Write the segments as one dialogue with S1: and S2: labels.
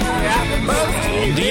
S1: From the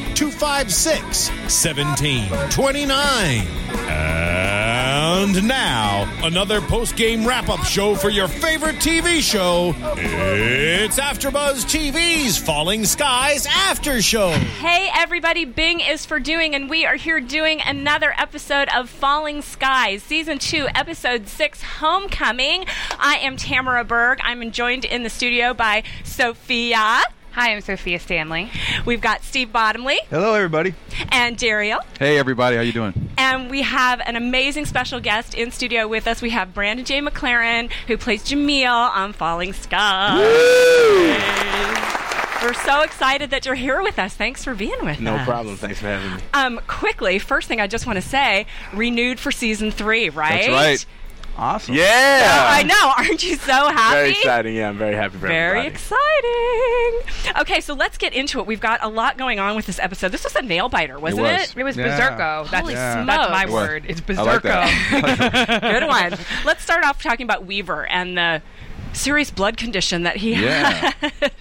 S1: 256 1729. And now, another post game wrap up show for your favorite TV show. It's AfterBuzz TV's Falling Skies After Show.
S2: Hey everybody, Bing is for doing, and we are here doing another episode of Falling Skies, Season 2, Episode 6, Homecoming. I am Tamara Berg. I'm joined in the studio by Sophia.
S3: Hi, I'm Sophia Stanley.
S2: We've got Steve Bottomley
S4: Hello, everybody.
S2: and Dariel.
S4: Hey, everybody. How you doing?
S2: And we have an amazing special guest in studio with us. We have Brandon J. McLaren, who plays Jameel on Falling Skies. We're so excited that you're here with us. Thanks for being with us.
S4: Thanks for having me.
S2: Um, quickly, first thing I just want to say, renewed for season three, right?
S4: That's right. Awesome.
S2: Oh,
S4: Yeah.
S2: I know. Aren't you so happy?
S5: Very exciting. Yeah, I'm very happy for
S2: Very
S5: everybody.
S2: exciting. Okay, so let's get into it. We've got a lot going on with this episode. This was a nail biter, wasn't
S4: was.
S2: it?
S3: It was
S4: Yeah.
S3: Berserko. That's,
S2: Holy
S4: Yeah.
S3: that's my
S2: smokes.
S4: was.
S3: word. It's
S4: I
S3: Berserko.
S4: like that.
S2: Good one. Let's start off talking about Weaver and the serious blood condition that he
S4: Yeah.
S2: had.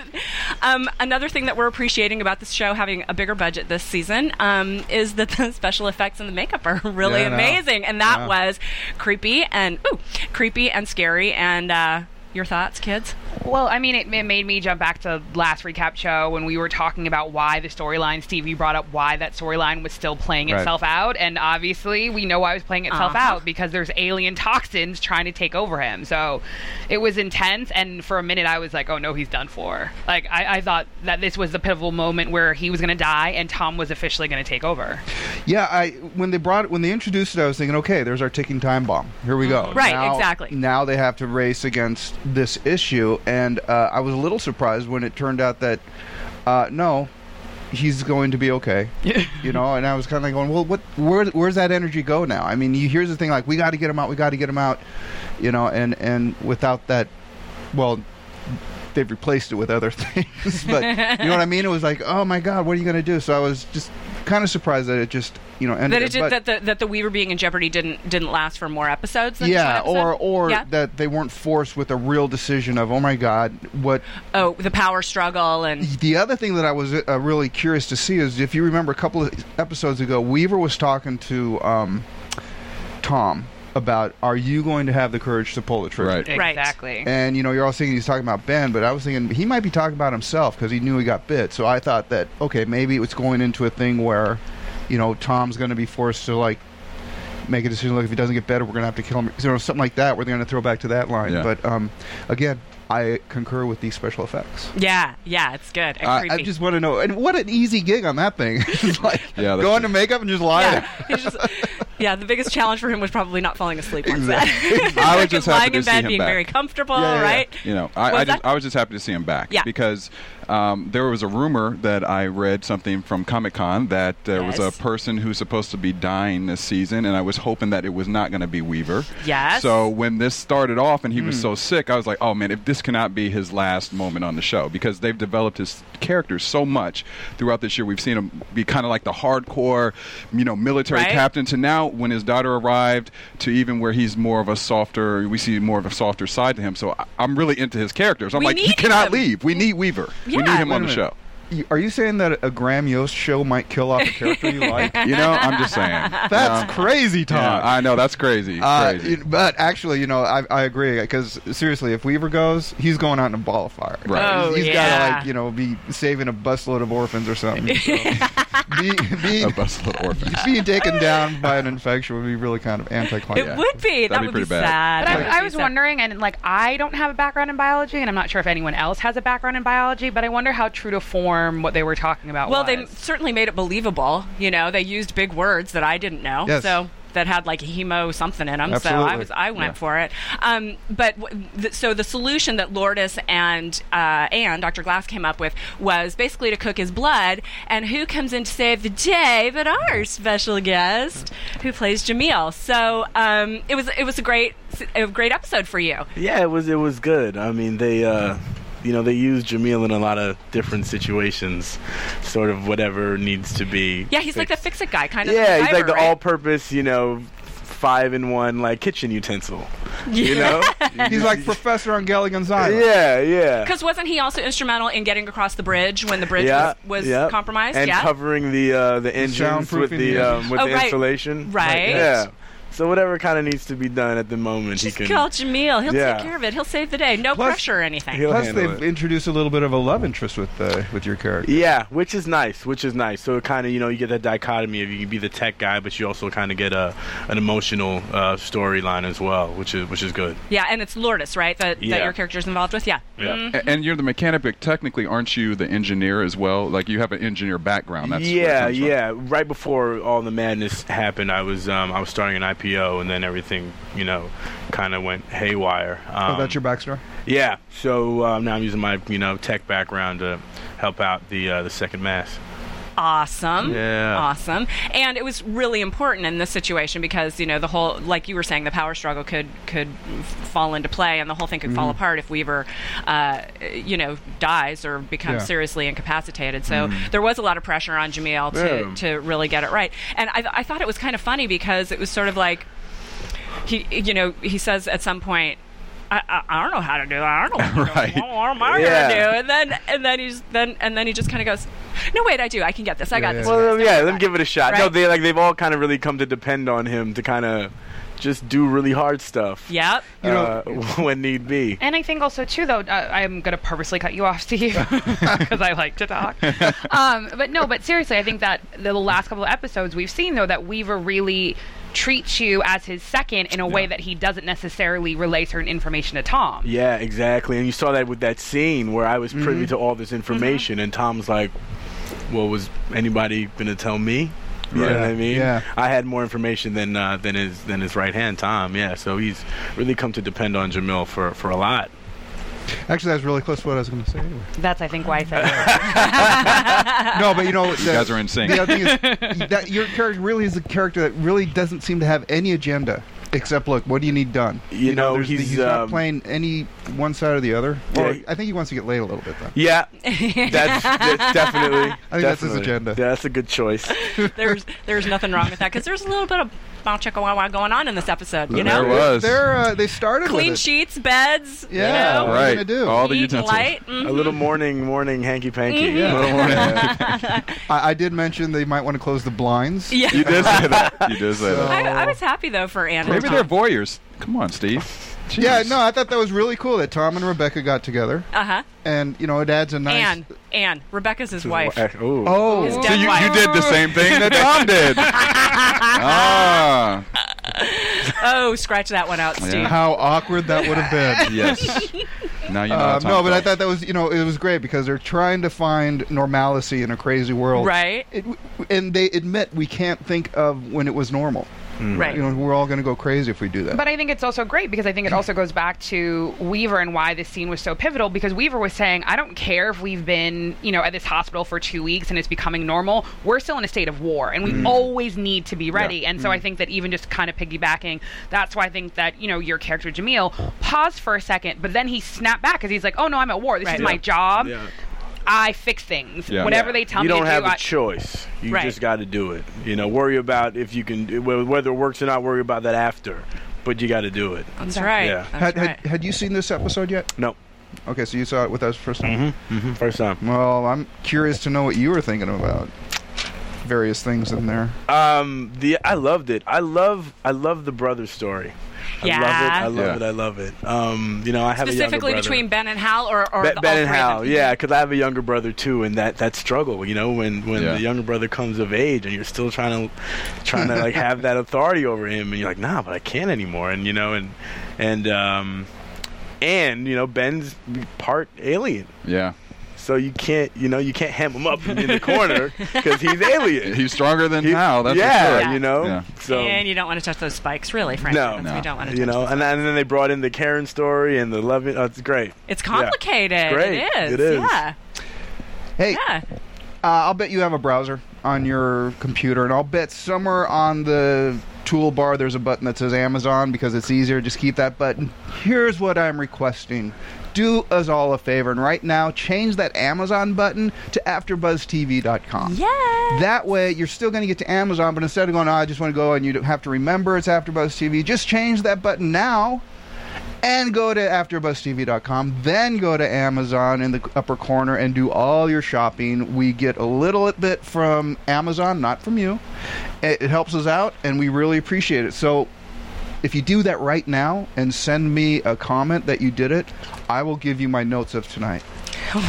S2: um, another thing that we're appreciating about this show having a bigger budget this season um, is that the special effects and the makeup are really
S4: Yeah, I know.
S2: amazing. And that
S4: Yeah.
S2: was creepy and ooh, creepy and scary. And uh, your thoughts, kids?
S3: Well, I mean, it, it made me jump back to last recap show when we were talking about why the storyline, Steve, you brought up why that storyline was still playing
S4: Right.
S3: itself out. And obviously, we know why it was playing itself
S2: Uh-huh.
S3: out because there's alien toxins trying to take over him. So it was intense. And for a minute, I was like, oh no, he's done for. Like, I, I thought that this was the pivotal moment where he was going to die and Tom was officially going to take over.
S6: Yeah, I when they brought when they introduced it, I was thinking, okay, there's our ticking time bomb. Here we go.
S2: Mm-hmm. Right,
S6: Now-
S2: exactly.
S6: Now they have to race against this issue, and uh, I was a little surprised when it turned out that uh, no, he's going to be okay. you know, and I was kind of going, well, what? Where, where's that energy go now? I mean, you, here's the thing: like, we got to get him out. We got to get him out. You know, and and without that, well. They've replaced it with other things, but you know what I mean. It was like, oh my god, what are you going to do? So I was just kind of surprised that it just, you know, ended.
S2: That, it
S6: Mm, but-
S2: did, that, the, that the Weaver being in jeopardy didn't didn't last for more episodes. Than
S6: yeah,
S2: just one episode?
S6: or or
S2: Yeah?
S6: that they weren't forced with a real decision of oh my god, what.
S2: oh, the power struggle and
S6: The other thing that I was uh, really curious to see is if you remember a couple of episodes ago, Weaver was talking to um, Tom about are you going to have the courage to pull the trigger?
S4: Right.
S2: Right.
S3: Exactly.
S6: And you know, you're all thinking he's talking about Ben, but I was thinking he might be talking about himself because he knew he got bit. So I thought that okay, maybe it's going into a thing where, you know, Tom's going to be forced to like make a decision. Like if he doesn't get better, we're going to have to kill him. You know, something like that. We're going to throw back to that line.
S4: Yeah.
S6: But um, again, I concur with these special effects.
S2: yeah, yeah, it's good. And
S6: I,
S2: creepy.
S6: I just want to know, and what an easy gig on that thing! it's like
S4: Yeah, that's
S6: go into makeup and just lie.
S2: yeah,
S6: there.
S2: he's just- yeah, the biggest challenge for him was probably not falling asleep on set.
S4: I was just happy
S2: lying
S4: to
S2: in
S4: see
S2: bed,
S4: him
S2: being
S4: back.
S2: very comfortable,
S6: Yeah, yeah, yeah.
S2: right?
S4: You know, I,
S2: Was
S4: I, just,
S2: that-
S4: I was just happy to see him back
S2: Yeah.
S4: because um, there was a rumor that I read something from Comic Con that there was
S2: Yes.
S4: a person who's supposed to be dying this season, and I was hoping that it was not going to be Weaver.
S2: Yes.
S4: So when this started off and he
S2: Hmm.
S4: was so sick, I was like, oh man, if this cannot be his last moment on the show because they've developed his character so much throughout this year. We've seen him be kind of like the hardcore, you know, military
S2: Right.
S4: captain to now when his daughter arrived to even where he's more of a softer, we see more of a softer side to him. So I, I'm really into his character. So I'm
S2: We
S4: like, he
S2: need
S4: cannot
S2: him.
S4: leave. We need Weaver.
S2: Yeah.
S4: We need him
S2: Wait
S4: on
S6: a
S4: the
S6: minute.
S4: show.
S6: You- Are you saying that a Graham Yost show might kill off a character you like?
S4: You know, I'm just saying.
S6: That's crazy, Tom.
S4: Yeah, I know that's crazy.
S6: Uh,
S4: crazy.
S6: it- but actually, you know, I, I agree because seriously, if Weaver goes, he's going out in a ball of fire.
S4: Right.
S2: Oh,
S6: He's
S2: yeah.
S6: got to like you know be saving a busload of orphans or something. So, Be,
S4: a
S6: being,
S4: busload of orphans.
S6: being taken down by an infection would be really kind of anticlimactic.
S2: It would be.
S4: That'd
S2: that
S4: be
S2: would
S4: pretty
S2: be
S4: bad.
S2: sad.
S3: But
S2: That would
S3: I, I
S2: be
S3: was
S2: sad.
S3: wondering, and like I don't have a background in biology, and I'm not sure if anyone else has a background in biology. But I wonder how true to form what they were talking about.
S2: Well, they
S3: was.
S2: certainly made it believable. You know, they used big words that I didn't know.
S6: Yes.
S2: So that had like hemo something in them. So I
S6: Absolutely.
S2: was I went
S6: Yeah.
S2: for it. Um, but w- th- so the solution that Lourdes and uh, and Dr. Glass came up with was basically to cook his blood. And who comes in to save the day but our special guest who plays Jamil. So um, it was it was a great a great episode for you.
S5: Yeah, it was it was good. I mean, they uh, you know they use Jamil in a lot of different situations, sort of whatever needs to be.
S2: Yeah, he's like the fix
S5: fixed.
S2: it guy kind of.
S5: yeah, he's
S2: driver,
S5: like the
S2: right?
S5: all-purpose, you know, five-in-one like kitchen utensil. You know?
S6: He's like Professor on Galligan's Island.
S5: yeah, yeah.
S2: Because wasn't he also instrumental in getting across the bridge when the bridge
S5: yeah,
S2: was, was
S5: yeah.
S2: compromised?
S5: and
S2: yeah.
S5: covering the uh, the engines
S6: soundproofing
S5: with the
S6: the
S5: um, with
S2: Oh,
S5: the
S2: right.
S5: insulation.
S2: Right.
S5: Yeah. So whatever kind of needs to be done at the moment,
S2: Just
S5: he can.
S2: call Jamil. He'll
S5: Yeah.
S2: take care of it. He'll save the day. No
S6: Plus-
S2: pressure or anything.
S5: he'll
S6: Plus,
S5: handle
S6: they've
S5: it.
S6: introduced a little bit of a love interest with uh, with your character.
S5: Yeah, which is nice, which is nice. So it kind of you know you get that dichotomy of you can be the tech guy, but you also kind of get a an emotional uh, storyline as well, which is which is good.
S2: Yeah, and it's Lourdes, right? That,
S5: Yeah.
S2: that your character's involved with? Yeah.
S4: Mm-hmm.
S5: Yeah.
S2: Mm.
S4: A- And you're the mechanic, but technically, aren't you the engineer as well? Like you have an engineer background. That's where it
S5: yeah,
S4: comes from.
S5: yeah. Right before all the madness happened, I was um, I was starting an IPO, and then everything you know kind of went haywire. Um,
S6: Oh, that's your backstory.
S5: yeah. So um, now I'm using my you know tech background to help out the uh, the second mass.
S2: Awesome.
S5: Yeah.
S2: Awesome. And it was really important in this situation because, you know, the whole, like you were saying, the power struggle could could f- fall into play and the whole thing could
S5: Mm-hmm.
S2: fall apart if Weaver, uh, you know, dies or becomes
S6: Yeah.
S2: seriously incapacitated. So there was a lot of pressure on Jamil to,
S5: Mm-hmm. Yeah.
S2: to really get it right. And I, I thought it was kind of funny because it was sort of like, he, you know, he says at some point, I, I, I don't know how to do that. I don't know what to do.
S4: Right.
S2: what am I
S5: Yeah.
S2: gonna do? And then and then he's then and then he just kind of goes, no wait, I do. I can get this. I got
S6: yeah,
S2: this.
S6: yeah.
S5: Well, yeah, let me give it a shot. No,
S2: Right.
S5: they like they've all kind of really come to depend on him to kind of just do really hard stuff.
S2: Yep.
S5: you know, Uh, when need be.
S3: And I think also too, though, uh, I'm gonna purposely cut you off, Steve, because I like to talk. um, but no, but seriously, I think that the last couple of episodes we've seen though that Weaver really treats you as his second in a way that he doesn't necessarily relay certain information to Tom.
S5: Yeah, exactly. And you saw that with that scene where I was
S6: Mm-hmm.
S5: privy to all this information, and Tom's like, "Well, was anybody gonna tell me?" You know
S6: Yeah,
S5: what I mean?
S6: yeah.
S5: I had more information than uh, than his than his right hand Tom. Yeah, so he's really come to depend on Jamil for for a lot.
S6: Actually, that's really close to what I was going to say. Anyway.
S3: That's I think why I said it.
S6: no, but you know,
S4: You guys are in sync.
S6: The other thing is that your character really is a character that really doesn't seem to have any agenda except look, what do you need done?
S5: You know,
S6: there's the-
S5: he's,
S6: not
S5: um,
S6: playing any one side or the other. Or,
S5: Yeah.
S6: I think he wants to get laid a little bit though.
S5: Yeah, that's, that's
S6: I
S5: definitely.
S6: think that's his
S5: definitely.
S6: agenda.
S5: Yeah, that's a good choice.
S2: There's there's nothing wrong with that because there's a little bit of bow chicka wow wow going on in this episode. You
S4: there
S2: know,
S4: was.
S6: They're uh, they started
S2: clean
S6: with it.
S2: sheets, beds.
S6: Yeah,
S2: You know,
S6: what are you
S4: right.
S6: gonna do?
S4: All the
S2: heat,
S4: utensils.
S2: light. Mm.
S5: a little morning, morning hanky panky.
S6: I, I did mention they might want to close the blinds.
S2: Yeah.
S4: You did say that. You did say that.
S2: I, I was happy though for Anna.
S4: Maybe they're voyeurs. Come on, Steve.
S6: Yeah,
S4: Jeez.
S6: no, I thought that was really cool that Tom and Rebecca got together,
S2: Uh huh.
S6: and you know it adds a nice.
S2: Anne. Anne. Rebecca's his wife.
S5: eh, Ooh.
S6: Oh,
S2: His
S4: So
S2: dead
S4: you,
S2: wife.
S4: you did the same thing that Tom did. ah,
S2: Oh, scratch that one out, Steve.
S4: Yeah.
S6: how awkward that would have been.
S4: yes. Now you know. how
S6: Um,
S4: Tom
S6: no, but I
S4: felt.
S6: thought that was you know it was great because they're trying to find normalcy in a crazy world,
S2: Right.
S6: It, and they admit we can't think of when it was normal.
S2: Right.
S6: You know, we're all going to go crazy if we do that.
S3: But I think it's also great because I think it also goes back to Weaver and why this scene was so pivotal because Weaver was saying, I don't care if we've been, you know, at this hospital for two weeks and it's becoming normal. We're still in a state of war and we
S5: Mm.
S3: always need to be ready. And so I think that even just kind of piggybacking, that's why I think that, you know, your character Jamil paused for a second, but then he snapped back because he's like, oh no, I'm at war. This
S2: Right.
S3: is my job.
S5: Yeah.
S3: I fix things.
S4: Yeah.
S3: Whatever
S5: Yeah.
S3: they tell
S5: you
S3: me
S5: don't
S3: to
S5: have
S3: do,
S5: a
S3: I-
S5: choice. You
S2: Right.
S5: just got to do it. You know, worry about if you can wh- whether it works or not. Worry about that after, but you got to do it.
S2: That's right.
S5: Yeah.
S2: That's
S6: had,
S2: right.
S6: had, had you seen this episode yet?
S5: No,
S6: Okay, so you saw it with us first time.
S5: first time.
S6: Well, I'm curious to know what you were thinking about. various things in there.
S5: Um, the I loved it. I love I love the brother story. I
S2: Yeah.
S5: love it. I love it. I love it. Um, you know, I have
S2: Specifically
S5: a younger brother.
S2: between Ben and Hal, or, or
S5: Be-
S2: the-
S5: Ben
S2: all
S5: and
S2: three of
S5: Hal,
S2: them?
S5: yeah, because I have a younger brother too, and that, that struggle, you know, when, when
S4: Yeah.
S5: the younger brother comes of age and you're still trying to trying to like have that authority over him, and you're like, nah, but I can't anymore, and you know, and and um, and you know, Ben's part alien,
S4: Yeah.
S5: so you can't, you know, you can't hem him up in the corner because he's alien.
S4: He's stronger than
S5: He-
S4: Hal. That's
S5: yeah,
S4: for sure.
S5: you know,
S4: Yeah.
S5: so
S2: and you don't want to touch those spikes, really, frankly.
S5: No,
S2: That's-
S4: no.
S2: We don't want to touch
S5: you know,
S2: those.
S5: and, and then they brought in the Karen story and the loving. Oh, it's great.
S2: It's
S5: Yeah.
S2: complicated.
S5: Great.
S2: It is.
S5: It is.
S2: Yeah.
S6: Hey,
S2: Yeah.
S6: Uh, I'll bet you have a browser on your computer, and I'll bet somewhere on the toolbar there's a button that says Amazon because it's easier. Just keep that button. Here's what I'm requesting. Do us all a favor, and right now change that Amazon button to AfterBuzzTV.com.
S2: Yeah.
S6: That way, you're still going to get to Amazon, but instead of going, oh, I just want to go and you don't have to remember it's AfterBuzz TV, just change that button now and go to AfterBuzzTV.com. Then go to Amazon in the upper corner and do all your shopping. We get a little bit from Amazon, not from you. It, it helps us out, and we really appreciate it. So. If you do that right now and send me a comment that you did it, I will give you my notes of tonight.
S4: Are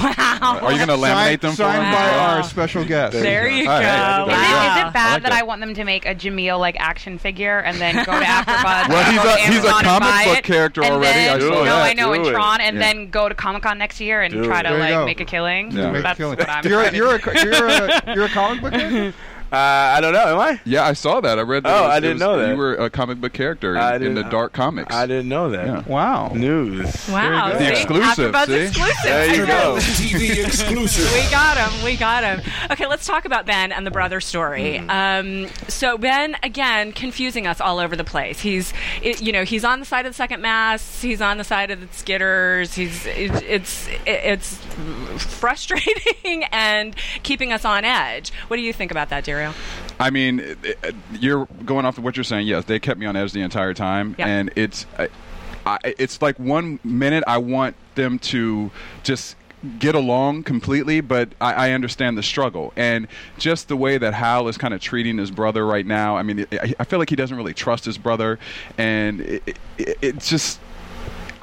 S4: you going to
S6: Signed-
S4: laminate them for
S6: signed
S4: him?
S6: by
S2: Wow.
S6: our special guest.
S2: There you go.
S4: All right.
S2: Wow.
S3: Is it, is it bad
S4: like
S3: that,
S4: that.
S3: I want them to make a Jameel like action figure and then go to AfterBuzz?
S4: Well,
S3: and
S4: he's
S3: go
S4: a-
S3: to
S4: he's a
S3: Amazon and
S4: comic
S3: buy
S4: book
S3: it,
S4: character
S3: and
S4: already.
S3: Then,
S4: I saw
S3: no,
S4: that.
S3: I know,
S5: Do
S3: and
S5: it.
S3: Tron, and
S4: Yeah.
S3: then go to Comic Con next year and
S5: Do
S3: try
S5: it.
S3: to
S6: There you
S3: like
S6: go.
S3: make a killing.
S4: Yeah.
S6: Make a
S3: That's
S6: killing.
S3: what I'm.
S6: You're a,
S3: trying to
S6: you're a
S3: do.
S6: you're a you're a comic book guy?
S5: Uh, I don't know. Am I?
S4: Yeah, I saw that. I read. that
S5: Oh,
S4: it was-
S5: I
S4: it
S5: didn't
S4: was- uh,
S5: know that.
S4: You were a comic book character
S5: I
S4: in, in the
S5: didn't-
S4: dark comics.
S5: I didn't know that.
S4: Yeah.
S6: Wow.
S5: News.
S2: Wow.
S4: go. The
S2: see?
S4: exclusive,
S2: AfterBuzz
S4: see?
S2: exclusive.
S5: There you go.
S7: TV exclusive.
S2: We got him. We got him. Okay, let's talk about Ben and the brother story. Um, so Ben again confusing us all over the place. He's, it, you know, he's on the side of the second mass. He's on the side of the skitters. He's it, it's it, it's frustrating and keeping us on edge. What do you think about that, Dario?
S4: I mean, it- it- you're going off of what you're saying. Yes, they kept me on edge the entire time,
S2: Yeah.
S4: and it's, I, I, it's like one minute I want them to just get along completely, but I, I understand the struggle and just the way that Hal is kind of treating his brother right now. I mean, I, I feel like he doesn't really trust his brother, and it, it, it's just.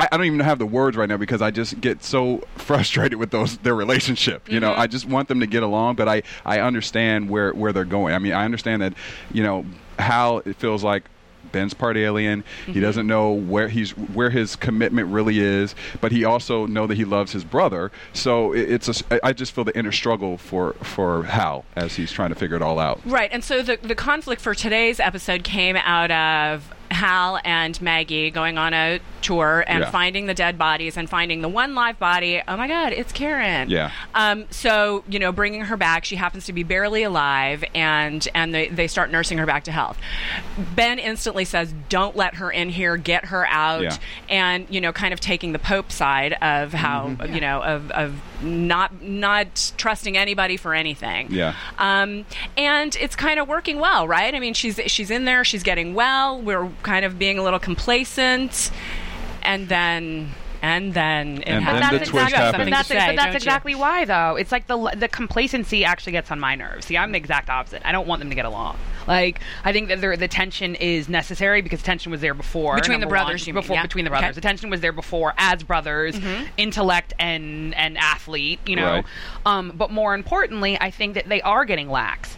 S4: I, I don't even have the words right now because I just get so frustrated with those their relationship. You know, I just want them to get along, but I I understand where where they're going. I mean, I understand that you know how it feels like. Ben's part alien. He doesn't know where he's where his commitment really is, but he also know that he loves his brother. So it, it's a s I I just feel the inner struggle for for Hal as he's trying to figure it all out.
S2: Right, and so the the conflict for today's episode came out of Hal and Maggie going on a tour and
S4: Yeah.
S2: finding the dead bodies and finding the one live body. Oh my God, it's Karen.
S4: Yeah.
S2: Um. So you know, bringing her back, she happens to be barely alive, and and they they start nursing her back to health. Ben instantly says, "Don't let her in here. Get her out."
S4: Yeah.
S2: And you know, kind of taking the Pope side of how
S4: Mm-hmm.
S2: you know of of not not trusting anybody for anything
S4: Yeah.
S2: um, and it's kind of working well, right? I mean, she's she's in there, she's getting well. We're kind of being a little complacent, and then and then it happens.
S3: But
S4: And
S3: that's
S4: then the twist
S3: exactly,
S4: happens.
S3: But that's,
S2: You say,
S3: but that's
S2: don't you?
S3: exactly why, though. It's like the the complacency actually gets on my nerves. See, I'm the exact opposite. I don't want them to get along. Like, I think that there- the tension is necessary because tension was there before
S2: Between the
S3: number one.
S2: brothers, you mean,
S3: before
S2: yeah.
S3: between the
S2: Okay. Mm-hmm.
S3: brothers, the tension was there before as brothers, intellect and and athlete. You know,
S4: Right.
S3: um, but more importantly, I think that they are getting lax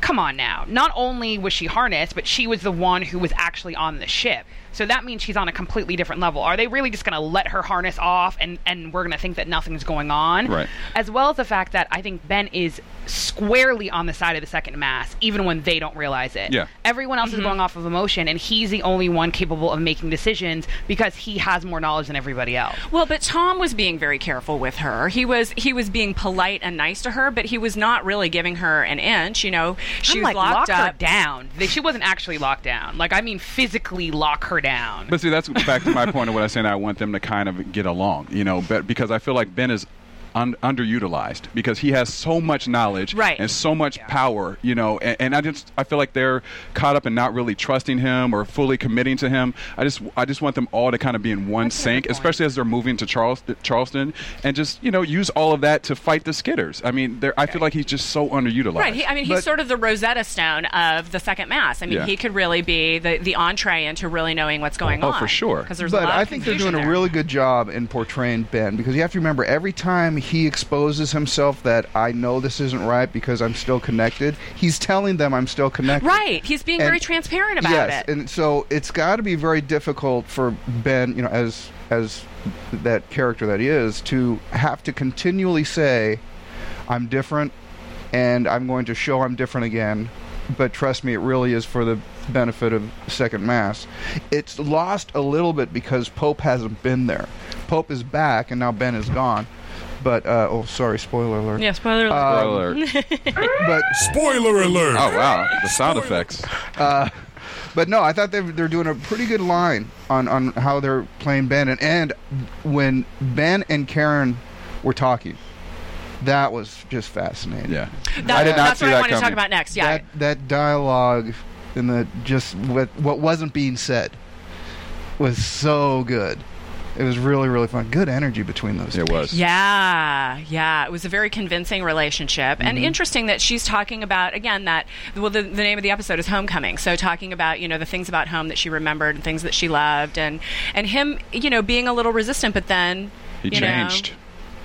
S3: come on now. Not only was she harnessed, but she was the one who was actually on the ship. So that means she's on a completely different level. Are they really just going to let her harness off and, and we're going to think that nothing's going on?
S4: Right.
S3: As well as the fact that I think Ben is squarely on the side of the second mass, even when they don't realize it.
S4: Yeah.
S3: Everyone else is going off of emotion, and he's the only one capable of making decisions because he has more knowledge than everybody else.
S2: Well, but Tom was being very careful with her. He was he was being polite and nice to her, but he was not really giving her an inch. You know, she
S3: I'm
S2: was
S3: like,
S2: locked
S3: lock
S2: up.
S3: her down. They- She wasn't actually locked down. Like, I mean, physically lock her down.
S4: But see, that's back to my point of what I was saying. I want them to kind of get along, you know, but because I feel like Ben is un- underutilized because he has so much knowledge
S2: Right.
S4: and so much power, you know. And, and I just I feel like they're caught up in not really trusting him or fully committing to him. I just I just want them all to kind of be in one sync, especially as they're moving to Charleston, Charleston, and just you know use all of that to fight the Skitters. I mean, they're- I feel like he's just so underutilized.
S2: Right. He, I mean, he's
S4: But-
S2: sort of the Rosetta Stone of the second mass. I mean,
S4: Yeah.
S2: he could really be the, the entree into really knowing what's going
S4: Oh,
S2: on.
S4: for sure.
S2: Because there's a
S6: but
S2: lot
S6: I
S2: of
S6: think they're
S2: confusion
S6: doing a
S2: there.
S6: really good job in portraying Ben because you have to remember every time he exposes himself that I know this isn't right because I'm still connected, he's telling them I'm still connected.
S2: right. He's being
S6: And-
S2: very transparent about
S6: yes,
S2: it.
S6: and so it's got to be very difficult for Ben, you know, as as that character that he is, to have to continually say, "I'm different," and I'm going to show I'm different again. But trust me, it really is for the benefit of Second Mass. It's lost a little bit because Pope hasn't been there. Pope is back, and now Ben is gone. But uh, oh, sorry, spoiler alert. Um,
S2: yeah. Spoiler
S6: Uh,
S2: alert.
S4: Spoiler.
S6: But
S7: Spoiler alert!
S4: Um, oh wow, the sound effects.
S6: But no, I thought they they're doing a pretty good line on, on how they're playing Ben and, and when Ben and Karen were talking, that was just fascinating.
S4: Yeah.
S2: That-
S4: I did not
S2: that's
S4: see
S2: what I
S4: that
S2: want to talk
S4: coming.
S2: about next. Yeah.
S6: That that dialogue and the just what what wasn't being said was so good. It was really really fun. Good energy between those. two.
S4: It was.
S2: Yeah, yeah. It was a very convincing relationship. And interesting that she's talking about, again, that, well, the, the name of the episode is Homecoming. So talking about, you know, the things about home that she remembered and things that she loved and, and him, you know, being a little resistant, but then.
S4: He
S2: you know,
S4: changed.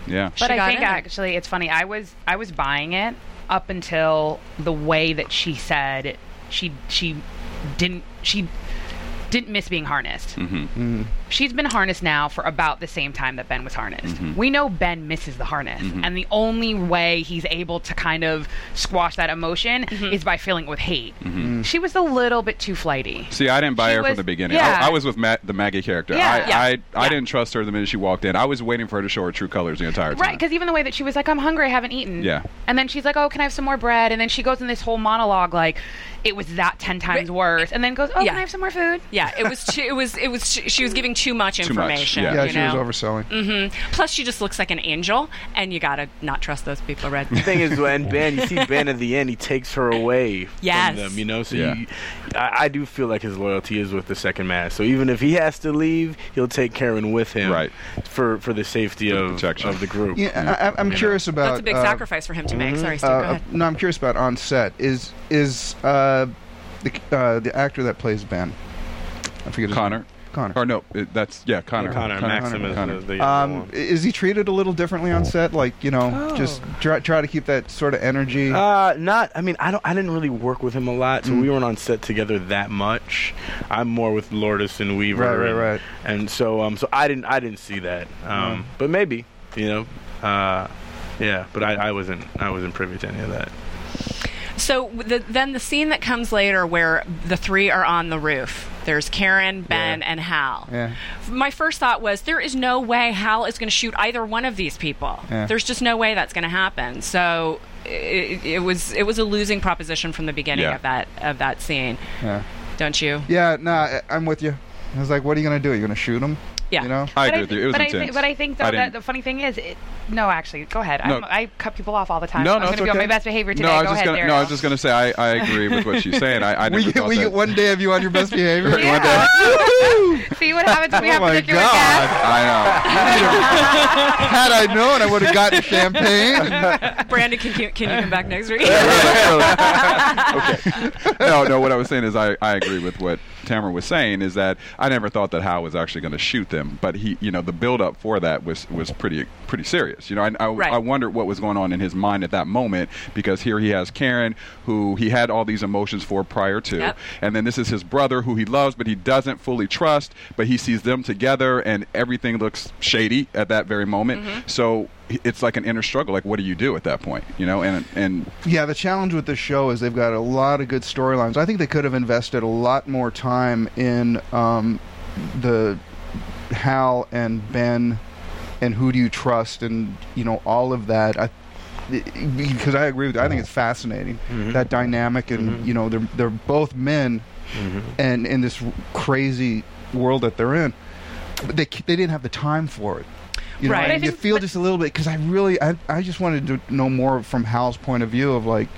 S4: Yeah.
S2: she
S3: But I
S2: got
S3: think
S2: in there.
S3: actually it's funny. I was I was buying it up until the way that she said she she didn't she didn't miss being harnessed. Mm-hmm. She's been harnessed now for about the same time that Ben was harnessed. We know Ben misses the harness, and the only way he's able to kind of squash that emotion
S2: Mm-hmm.
S3: is by filling it with hate. She was a little bit too flighty.
S4: See, I didn't buy
S3: She
S4: her from
S3: was-
S4: the beginning.
S3: yeah.
S4: I, I was with Matt, the Maggie character.
S3: Yeah.
S4: I,
S3: Yeah.
S4: I, I
S3: Yeah.
S4: didn't trust her the minute she walked in. I was waiting for her to show her true colors the entire time.
S3: Right, because even the way that she was like, "I'm hungry, I haven't eaten."
S4: Yeah.
S3: And then she's like, "Oh, can I have some more bread?" And then she goes in this whole monologue like, "It was that ten times
S2: Right.
S3: worse." And then goes, "Oh,
S2: Yeah.
S3: can I have some more food?"
S2: Yeah, it was. Too, it was. It was. She, she was giving too much
S4: much,
S2: information.
S4: yeah.
S6: Yeah,
S2: you
S6: she
S2: know? Mm.
S6: was overselling.
S2: Plus, she just looks like an angel, and you gotta not trust those people, Red.
S5: The thing is, when Ben, you see Ben at the end, he takes her away
S2: Yes.
S5: from them, you know? So
S4: Yeah.
S5: you, I, I do feel like his loyalty is with the second man. So even if he has to leave, he'll take Karen with him
S4: Right.
S5: for, for the safety
S4: For the
S5: of,
S4: protection.
S5: of the group.
S4: Yeah.
S6: Yeah, I- I, I'm
S5: Yeah.
S6: curious about
S2: That's a big
S6: uh,
S2: sacrifice for him to make. Sorry, Steve.
S6: Uh,
S2: go ahead.
S6: no, I'm curious about on set. Is is uh, the uh, the actor that plays Ben? I forget his
S4: Connor.
S6: name. Connor.
S4: Or no, it- that's, yeah, Connor.
S5: Connor, Maxim is
S4: Connor.
S5: the, the other
S6: Um,
S5: one.
S6: i- is he treated a little differently on set? Like you know,
S2: Oh.
S6: just try try to keep that sort of energy.
S5: Uh, not. I mean, I don't. I didn't really work with him a lot, so
S6: Mm.
S5: we weren't on set together that much. I'm more with Lourdes and Weaver,
S6: Right, right,
S5: and,
S6: right. Mm.
S5: And so, um, so I didn't, I didn't see that. Um, but maybe, you know, uh, yeah. But I, I wasn't, I wasn't privy to any of that.
S2: So w- the, then the scene that comes later where the three are on the roof. There's Karen, Ben,
S5: Yeah.
S2: and Hal.
S6: Yeah.
S2: F- My first thought was there is no way Hal is going to shoot either one of these people.
S6: Yeah.
S2: There's just no way that's going to happen. So it, it was it was a losing proposition from the beginning
S4: Yeah.
S2: of that of that scene.
S6: yeah,
S2: Don't you?
S6: yeah. No, I, I'm with you. I was like, what are you gonna do? You're gonna shoot him?
S2: Yeah.
S6: You know?
S4: I
S3: but I
S4: agree with
S3: thi-
S4: you. It was
S3: but I
S4: intense.
S3: thi- but I think though
S4: I
S3: that
S4: didn't-
S3: the funny thing is, it, no, actually, go ahead.
S4: No.
S3: I'm, I cut people off all the time.
S4: no,
S3: I'm
S4: no,
S3: gonna
S4: it's
S3: be on
S4: okay.
S3: my best behavior today.
S4: No, I was
S3: go
S4: just
S3: ahead.
S4: gonna.
S3: there
S4: no,
S3: it
S4: I was
S3: goes.
S4: just gonna say I, I agree with what she's saying. I, I never
S6: We get
S4: thought
S6: we
S4: that.
S6: get one day of you on your best behavior.
S3: Yeah. See what happens when we
S6: Oh
S3: have
S6: my
S3: particular
S6: God.
S3: guests.
S4: I
S6: Had I known, I would have gotten champagne.
S2: Brandon, can you, can you come back next week?
S4: know. No, no. What I was saying is I, I agree with what Tamara was saying is that I never thought that Hal was actually going to shoot them, but he, you know, the build up for that was was pretty pretty serious. You know, I, I,
S2: Right.
S4: I wondered what was going on in his mind at that moment because here he has Karen, who he had all these emotions for prior to,
S2: Yep.
S4: and then this is his brother who he loves but he doesn't fully trust but he sees them together and everything looks shady at that very moment
S2: Mm-hmm.
S4: so h- it's like an inner struggle like what do you do at that point you know and and
S6: Yeah, the challenge with this show is they've got a lot of good storylines. I think they could have invested a lot more time in um, the Hal and Ben and who do you trust and you know all of that. I, because I agree with you, I think it's fascinating
S4: Mm-hmm.
S6: that dynamic and you know they're they're both men
S4: Mm-hmm.
S6: and in this crazy world that they're in. But they they didn't have the time for it. You know,
S3: Right. I
S6: and you
S3: think-
S6: feel
S3: but-
S6: just a little bit because I really, I, I just wanted to know more from Hal's point of view of like,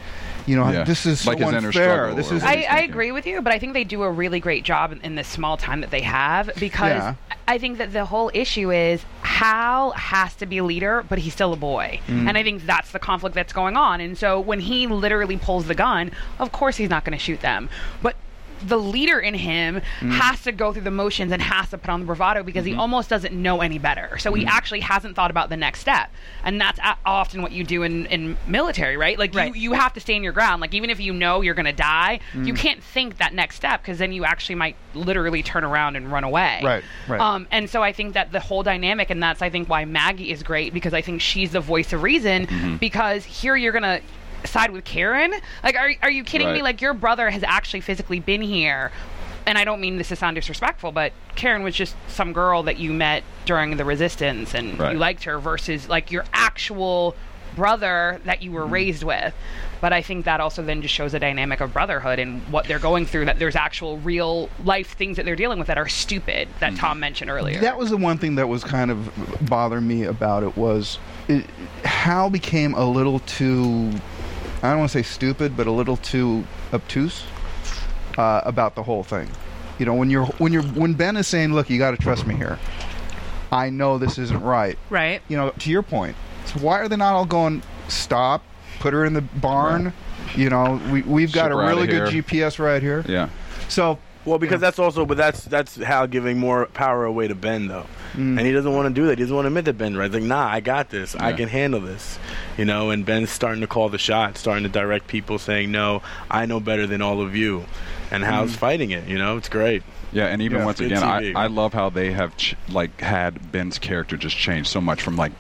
S6: you know,
S4: Yeah.
S6: this is
S4: Like
S6: so
S4: his inner
S6: unfair.
S4: struggle
S6: This
S4: or
S6: is
S4: whatever.
S3: I,
S4: he's
S3: I
S4: thinking.
S3: agree with you, but I think they do a really great job in, in the small time that they have because
S6: Yeah.
S3: I think that the whole issue is Hal has to be a leader, but he's still a boy. And I think that's the conflict that's going on. And so when he literally pulls the gun, of course he's not going to shoot them. But the leader in him has to go through the motions and has to put on the bravado because he almost doesn't know any better. So he actually hasn't thought about the next step. And that's a- often what you do in, in military, right? Like
S2: Right.
S3: You, you have to stay in your ground. Like even if you know you're going to die, you can't think that next step because then you actually might literally turn around and run away.
S6: Right, right.
S3: Um, and so I think that the whole dynamic, and that's I think why Maggie is great because I think she's the voice of reason. Because here you're gonna side with Karen. Like, are are you kidding me?
S4: Right.
S3: Like your brother has actually physically been here. And I don't mean this to sound disrespectful, but Karen was just some girl that you met during the resistance and
S4: Right.
S3: you liked her versus like your actual brother that you were raised with. But I think that also then just shows a dynamic of brotherhood and what they're going through that there's actual real life things that they're dealing with that are stupid that Tom mentioned earlier.
S6: That was the one thing that was kind of bothering me about it was it, Hal became a little too, I don't want to say stupid, but a little too obtuse uh, about the whole thing. You know, when you're when you're when Ben is saying, "Look, you got to trust me here. I know this isn't right."
S3: right.
S6: You know, to your point, so why are they not all going? Stop. Put her in the barn. You know, we we've got
S4: Ship
S6: a
S4: her outta
S6: really good
S4: here.
S6: GPS right here.
S4: Yeah.
S6: So
S5: Well, because that's also, but that's that's Hal giving more power away to Ben though, and he doesn't want to do that. He doesn't want to admit that Ben right. Like, nah, I got this. I
S4: Mm. Yeah.
S5: can handle this, you know. And Ben's starting to call the shot, starting to direct people, saying, "No, I know better than all of you." And
S4: Mm.
S5: Hal's fighting it. You know, it's great.
S4: Yeah, and even
S5: Yeah.
S4: once
S5: Good
S4: again, I,
S5: TV.
S4: I love how they have ch- like had Ben's character just change so much from like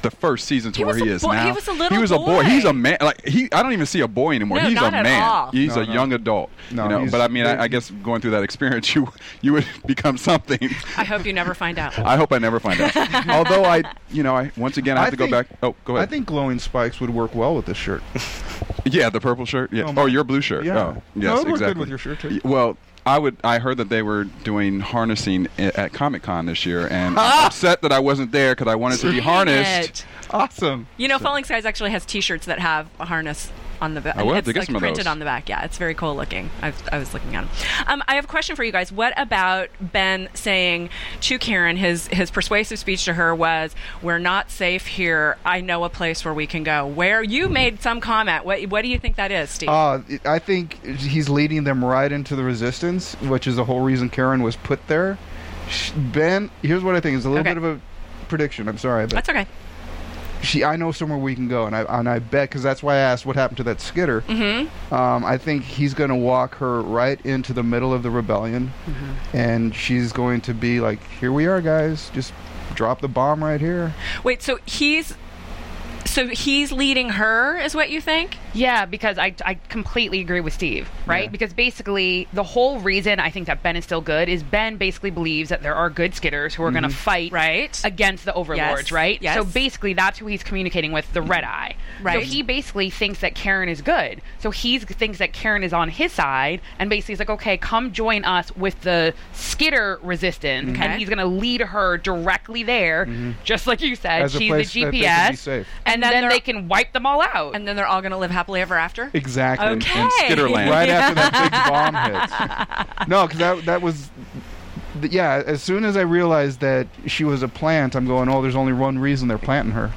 S4: the first season to
S2: He
S4: where
S2: was
S4: he
S2: a
S4: is
S2: boy- he
S4: now.
S2: was a little
S4: was a boy.
S2: boy.
S4: He's a man. Like he, I don't even see a boy anymore.
S2: No,
S4: he's
S2: not
S4: a
S2: at
S4: man.
S2: all.
S4: He's
S6: No,
S4: a
S6: no.
S4: young adult.
S6: No,
S4: you know,
S6: he's-
S4: but I mean, I, I guess going through that experience, you you would become something.
S2: I hope you never find out.
S4: I hope I never find out. Although I, you know, I once again I have
S6: I
S4: to go
S6: think-
S4: back. Oh, go ahead.
S6: I think glowing spikes would work well with this shirt.
S4: Yeah, the purple shirt. Yeah.
S6: Oh, my-
S4: Oh, your blue shirt.
S6: Yeah.
S4: Oh, yes,
S6: No, it worked good
S4: exactly.
S6: with your shirt, too.
S4: Y- Well, I would. I heard that they were doing harnessing i- at Comic Con this year, and I'm upset that I wasn't there because I wanted to be harnessed.
S2: It.
S6: Awesome.
S2: You know, Falling Skies actually has T-shirts that have a harness on the back.
S4: I will have
S2: it's
S4: to get
S2: like
S4: some of
S2: printed
S4: those.
S2: on the back. Yeah, it's very cool looking. I've, I was looking at them. Um, I have a question for you guys. What about Ben saying to Karen his his persuasive speech to her was, "We're not safe here. I know a place where we can go." Where
S4: Mm-hmm.
S2: you made some comment. What what do you think that is, Steve?
S6: Uh, I think he's leading them right into the resistance, which is the whole reason Karen was put there. Sh- Ben, here's what I think is a little
S2: Okay.
S6: bit of a prediction. I'm sorry, but
S2: That's okay.
S6: she, I know somewhere we can go, and I and I bet because that's why I asked what happened to that skitter. Mm-hmm. Um, I think he's going to walk her right into the middle of the rebellion,
S2: Mm-hmm.
S6: and she's going to be like, "Here we are, guys. Just drop the bomb right here."
S2: Wait. So he's so he's leading her, is what you think?
S3: Yeah, because I, I completely agree with Steve, right? Because basically, the whole reason I think that Ben is still good is Ben basically believes that there are good skitters who are going to fight
S2: Mm-hmm. Right.
S3: against the overlords,
S2: Yes,
S3: right?
S2: yes.
S3: So basically, that's who he's communicating with the red eye.
S2: Right.
S3: So he basically thinks that Karen is good. So he thinks that Karen is on his side, and basically he's like, okay, come join us with the skitter resistance,
S2: Okay. Mm-hmm.
S3: and he's going to lead her directly there, just like you said.
S6: As a
S3: She's
S6: place
S3: the
S6: that they can be
S3: GPS,
S6: safe.
S3: and,
S2: And then
S3: then,
S2: they're-
S3: they can wipe them all out.
S2: And then they're all going to live happily ever after.
S6: Exactly.
S2: Okay.
S4: in Skitterland.
S6: right after that big bomb hits. No, because that that was, th- yeah. As soon as I realized that she was a plant, I'm going, oh, there's only one reason they're planting her,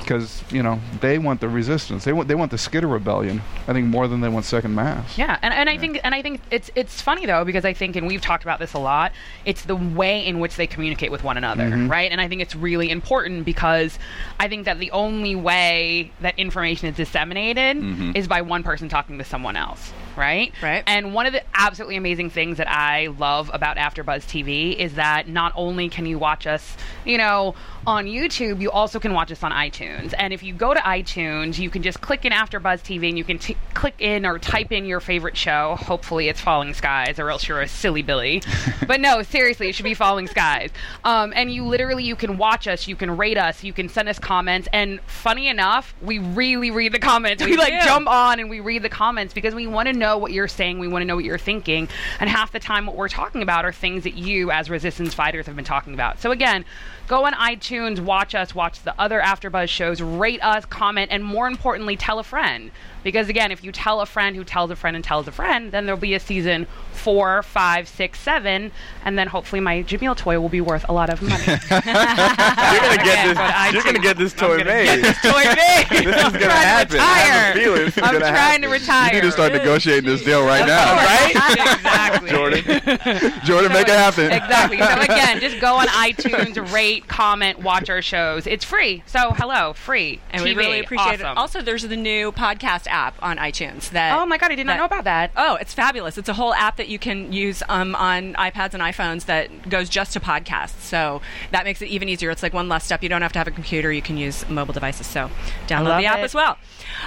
S6: because you know they want the resistance. They want they want the Skitter rebellion. I think more than they want Second Mass.
S3: Yeah, and, and I think and I think it's it's funny though because I think and we've talked about this a lot. It's the way in which they communicate with one another, right? And I think it's really important because I think that the only way that information is disseminated is by one person talking to someone else, right?
S2: Right.
S3: And one of the absolutely amazing things that I love about AfterBuzz TV is that not only can you watch us, you know, on YouTube, you also can watch us on iTunes. And if you go to iTunes, you can just click in AfterBuzz TV and you can t- click in or type in your favorite show. Hopefully, it's Falling Skies, or else you're a silly Billy. but no, seriously, it should be Falling Skies. Um, and you literally you can watch us, you can rate us, you can send us comments. And funny enough, we really read the comments. We, like
S2: do.
S3: jump on and we read the comments because we want to know know what you're saying. We want to know what you're thinking. And half the time, what we're talking about are things that you, as resistance fighters, have been talking about. So again, go on iTunes, watch us, watch the other AfterBuzz shows, rate us, comment, and more importantly, tell a friend. Because again, if you tell a friend who tells a friend and tells a friend, then there'll be a season four, five, six, seven, and then hopefully my Jameel toy will be worth a lot of money. you're
S5: gonna get this. you're gonna get this toy made.
S3: this toy made.
S5: This is
S3: I'm
S5: gonna
S3: trying
S5: happen.
S3: To
S5: I have a
S3: retire.
S5: feeling this is
S3: I'm
S5: gonna
S3: trying
S5: happen.
S3: to retire.
S4: You need to start negotiating this deal right now,
S3: right? exactly.
S5: Jordan.
S4: Jordan. Make it happen.
S3: Exactly. So again, just go on iTunes, rate, comment, watch our shows. It's free. So hello, free.
S2: and
S3: TV.
S2: we really appreciate
S3: Awesome.
S2: it. Also, there's the new podcast app on iTunes that.
S3: oh my god, I did not
S2: that-
S3: know about that.
S2: Oh, it's fabulous. It's a whole app that you can use um, on iPads and iPhones that goes just to podcasts. So that makes it even easier. It's like one less step. You don't have to have a computer. You can use mobile devices. So download
S3: love
S2: the app
S3: it.
S2: as well.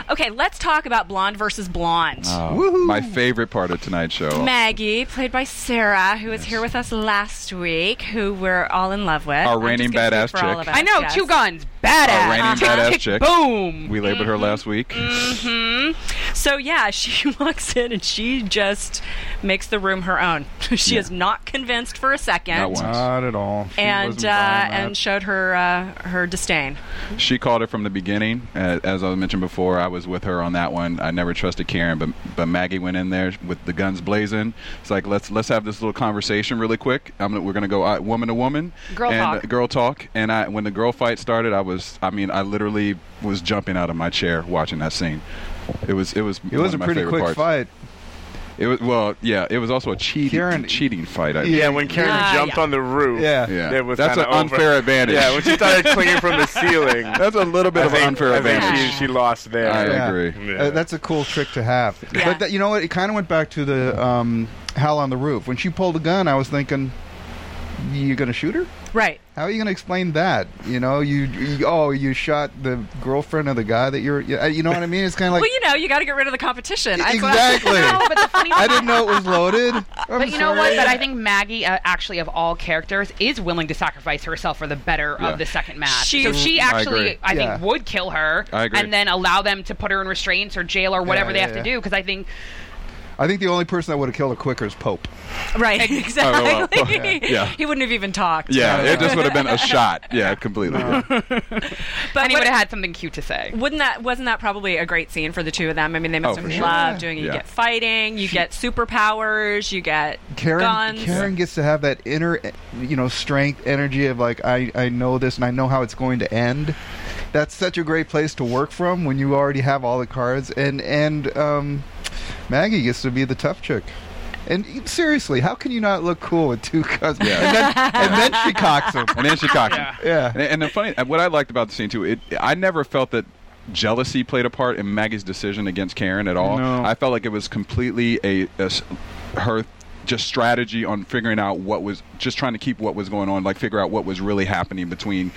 S2: Okay, let's talk about Blonde versus Blonde.
S4: Oh, my favorite part of tonight's show.
S2: Maggie, played by Sarah, who was here with us last week, who we're all in love with.
S4: Our
S2: I'm just
S4: reigning
S2: gonna speak
S4: badass
S2: for all
S4: chick.
S2: of us,
S3: I know
S2: yes.
S3: two guns, badass,
S4: A reigning
S3: Tick,
S4: badass
S3: tick,
S4: chick.
S3: Boom.
S4: We labeled her last week.
S6: Mm-hmm.
S2: So yeah, she walks in and she just makes the room her own. she is not convinced for a second.
S4: Not once.
S6: Not at all. She
S2: And
S6: wasn't
S2: uh,
S6: buying that.
S2: and showed her uh, her disdain.
S4: She called it from the beginning. Uh, as I mentioned before, I was with her on that one. I never trusted Karen, but but Maggie went in there with the guns blazing. It's like let's let's have this little conversation really quick. I'm gonna, we're gonna go uh, woman to woman,
S3: Girl
S4: and,
S3: talk.
S4: uh, girl talk. And I when the girl fight started, I was I mean I literally was jumping out of my chair watching that scene. It was it was
S6: it
S4: one
S6: was a
S4: of my
S6: pretty
S4: favorite
S6: quick
S4: parts.
S6: fight.
S4: It was well yeah. It was also a cheating
S6: Karen-
S4: cheating fight. I
S5: Yeah, when Karen jumped on the roof.
S6: Yeah.
S4: yeah.
S5: It was
S4: That's an
S5: kinda over.
S4: unfair advantage.
S5: Yeah, when she started clinging from the ceiling.
S4: That's a little bit
S5: I
S4: of
S5: think-
S4: an unfair
S5: I think
S4: advantage.
S5: she, she lost there.
S4: I
S6: Yeah.
S4: agree.
S5: Yeah.
S6: Uh, that's a cool trick to have.
S2: Yeah.
S6: But that, you know what? It kind of went back to the um, Hal on the roof. When she pulled a gun, I was thinking, you going to shoot her?
S2: Right.
S6: How are you going to explain that? You know, you, you oh, you shot the girlfriend of the guy that you're. You, you know what I mean? It's kind of like
S2: well, you know, you got to get rid of the competition. I-
S6: exactly.
S2: Oh,
S3: No, but the funny
S6: I didn't know it was loaded. I'm
S3: But you know what?
S6: sorry.
S3: But I think Maggie, uh, actually, of all characters, is willing to sacrifice herself for the better
S4: Yeah.
S3: of the second match.
S2: She-
S3: so she
S4: I
S3: actually,
S4: agree.
S3: I,
S6: Yeah.
S3: think, would kill her
S4: I agree.
S3: and then allow them to put her in restraints or jail or whatever they
S6: yeah,
S3: have to
S6: yeah.
S3: do. Because I think
S6: I think the only person that would have killed her quicker is Pope.
S2: right. Exactly.
S4: Oh, well, yeah.
S2: He wouldn't have even talked.
S4: Yeah, it just would have been a shot. Yeah, completely.
S6: Uh-huh.
S2: But
S3: and he
S2: what-
S3: would have had something cute to say.
S2: Wouldn't that wasn't that probably a great scene for the two of them? I mean, they must
S4: Oh,
S2: have
S4: for sure.
S2: loved doing it. You
S4: Yeah.
S2: get fighting, you get superpowers, you get
S6: Karen,
S2: guns.
S6: Karen gets to have that inner, you know, strength, energy of like I, I know this and I know how it's going to end. That's such a great place to work from when you already have all the cards. And and um, Maggie gets to be the tough chick. And seriously, how can you not look cool with two guns?
S4: Yeah.
S6: And, then, and then she cocks him.
S4: and then she cocked him.
S6: Yeah.
S4: And, and the funny, and what I liked about the scene too, it I never felt that jealousy played a part in Maggie's decision against Karen at all.
S6: No.
S4: I felt like it was completely a, a s- her just strategy on figuring out what was just trying to keep what was going on, like figure out what was really happening between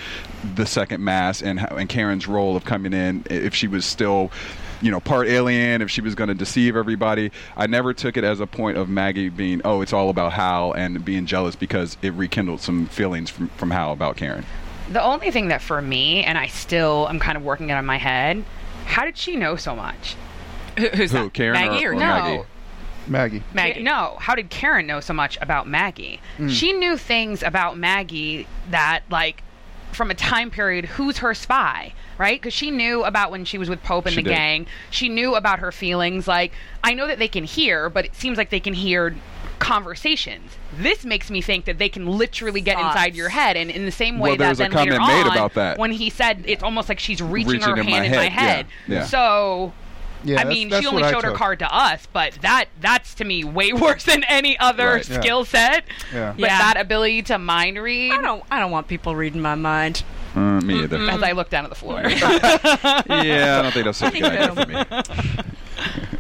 S4: the second mass and how- and Karen's role of coming in i- if she was still. You know, part alien. If she was going to deceive everybody, I never took it as a point of Maggie being, oh, it's all about Hal and being jealous because it rekindled some feelings from from Hal about Karen.
S3: The only thing that for me, and I still am kind of working it on my head, how did she know so much?
S2: Who, who's
S4: Who,
S2: that?
S4: Karen
S2: Maggie
S4: or-
S2: or,
S3: no?
S4: or Maggie.
S6: Maggie.
S2: Maggie.
S3: No, how did Karen know so much about Maggie?
S4: Mm.
S3: She knew things about Maggie that, like, from a time period, who's her spy, right? Because she knew about when she was with Pope and
S4: She
S3: the
S4: did.
S3: gang. She knew about her feelings. Like, I know that they can hear, but it seems like they can hear conversations. This makes me think that they can literally get
S2: Thoughts.
S3: inside your head, and in the same way
S4: Well, there
S3: that
S4: was a
S3: then later
S4: comment made
S3: on,
S4: about that.
S3: when he said it's almost like she's reaching,
S4: Reaching
S3: her
S4: in
S3: hand
S4: my
S3: in
S4: head,
S3: my head.
S4: yeah, yeah.
S3: So
S6: Yeah,
S3: I
S6: that's-
S3: mean,
S6: that's
S3: she only
S6: what I
S3: showed her
S6: took.
S3: card to us, but that that's to me way worse than any other
S4: Right.
S6: Yeah.
S3: skill set.
S6: Yeah.
S3: But
S2: Yeah.
S3: that ability to mind read.
S2: I don't. I don't want people reading my mind.
S4: Uh, me either.
S3: As I look down at the floor,
S4: yeah, I don't think that's such a good
S2: think
S4: idea
S2: so.
S4: for me.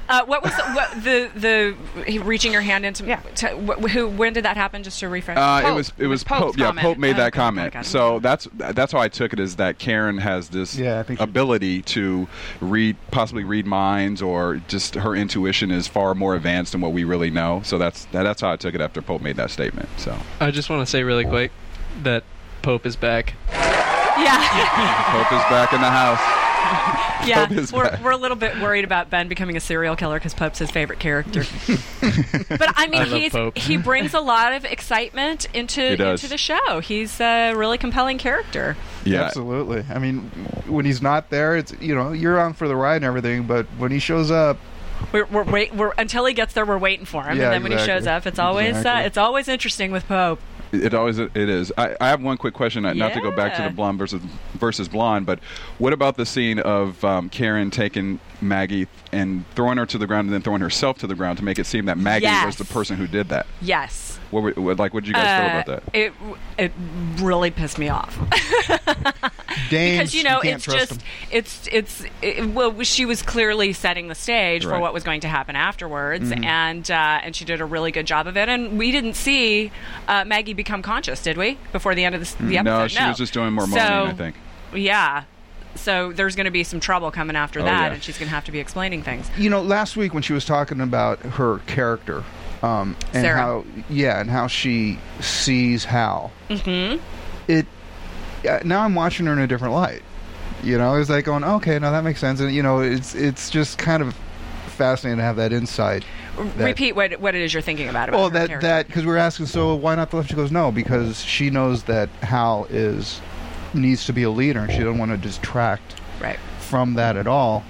S2: Uh, what was the, what, the the reaching your hand into?
S3: Yeah.
S2: To, wh- who? When did that happen? Just to refresh.
S4: Uh, it
S3: Pope.
S4: was
S3: It
S4: it
S3: was
S4: was
S3: Pope's
S4: Pope. Yeah,
S3: comment.
S4: Pope made
S2: Oh, okay,
S4: that
S2: I
S4: comment.
S2: got it.
S4: so that's that's how I took it is that Karen has this
S6: Yeah, I think she-
S4: ability to read possibly read minds or just her intuition is far more advanced than what we really know. So that's that, that's how I took it after Pope made that statement. So
S8: I just want to say really quick that Pope is back.
S2: yeah.
S4: Pope is back in the house.
S2: Yeah,
S4: Pope is
S2: we're,
S4: back.
S2: we're a little bit worried about Ben becoming a serial killer because Pope's his favorite character. but I mean,
S9: I love Pope.
S2: he's, he brings a lot of excitement into
S4: He does.
S2: into the show. He's a really compelling character.
S4: Yeah.
S6: Absolutely. I mean, when he's not there, it's you know you're on for the ride and everything, but when he shows up,
S2: We're, we're wait we're, until he gets there. We're waiting for him,
S6: Yeah,
S2: and then when he
S6: exactly.
S2: shows up, it's always
S6: Exactly.
S2: uh, it's always interesting with Pope.
S4: It always it is. I, I have one quick question. Not to go back to
S2: Yeah.
S4: the blonde versus versus blonde, but what about the scene of um, Karen taking Maggie and throwing her to the ground and then throwing herself to the ground to make it seem that Maggie was
S2: Yes.
S4: the person who did that?
S2: Yes.
S4: What, were, what like what did you guys
S2: Uh,
S4: feel about that?
S2: It it really pissed me off.
S6: Dames,
S2: because you know
S6: can't
S2: it's
S6: trust
S2: just
S6: him.
S2: it's it's it, well she was clearly setting the stage for
S4: Right.
S2: what was going to happen afterwards
S6: Mm-hmm.
S2: and uh, and she did a really good job of it and we didn't see uh, Maggie become conscious did we before the end of this, the episode
S4: no, she was just doing more
S2: So,
S4: moaning. I think.
S2: yeah so there's going to be some trouble coming after
S4: Oh,
S2: that
S4: yeah.
S2: and she's going to have to be explaining things
S6: you know, last week when she was talking about her character, um, and
S2: Sarah.
S6: how yeah, and how she sees Hal. Mm-hmm. It yeah, now I'm watching her in a different light. You know, it's like going, okay, now that makes sense, and you know, it's it's just kind of fascinating to have that insight. That-
S2: repeat what what it is you're thinking about about
S6: Well,
S2: her
S6: that
S2: character.
S6: that because we were asking, so why not the left? She goes, no, because she knows that Hal is needs to be a leader, and she doesn't want to distract
S2: right
S6: from that at all.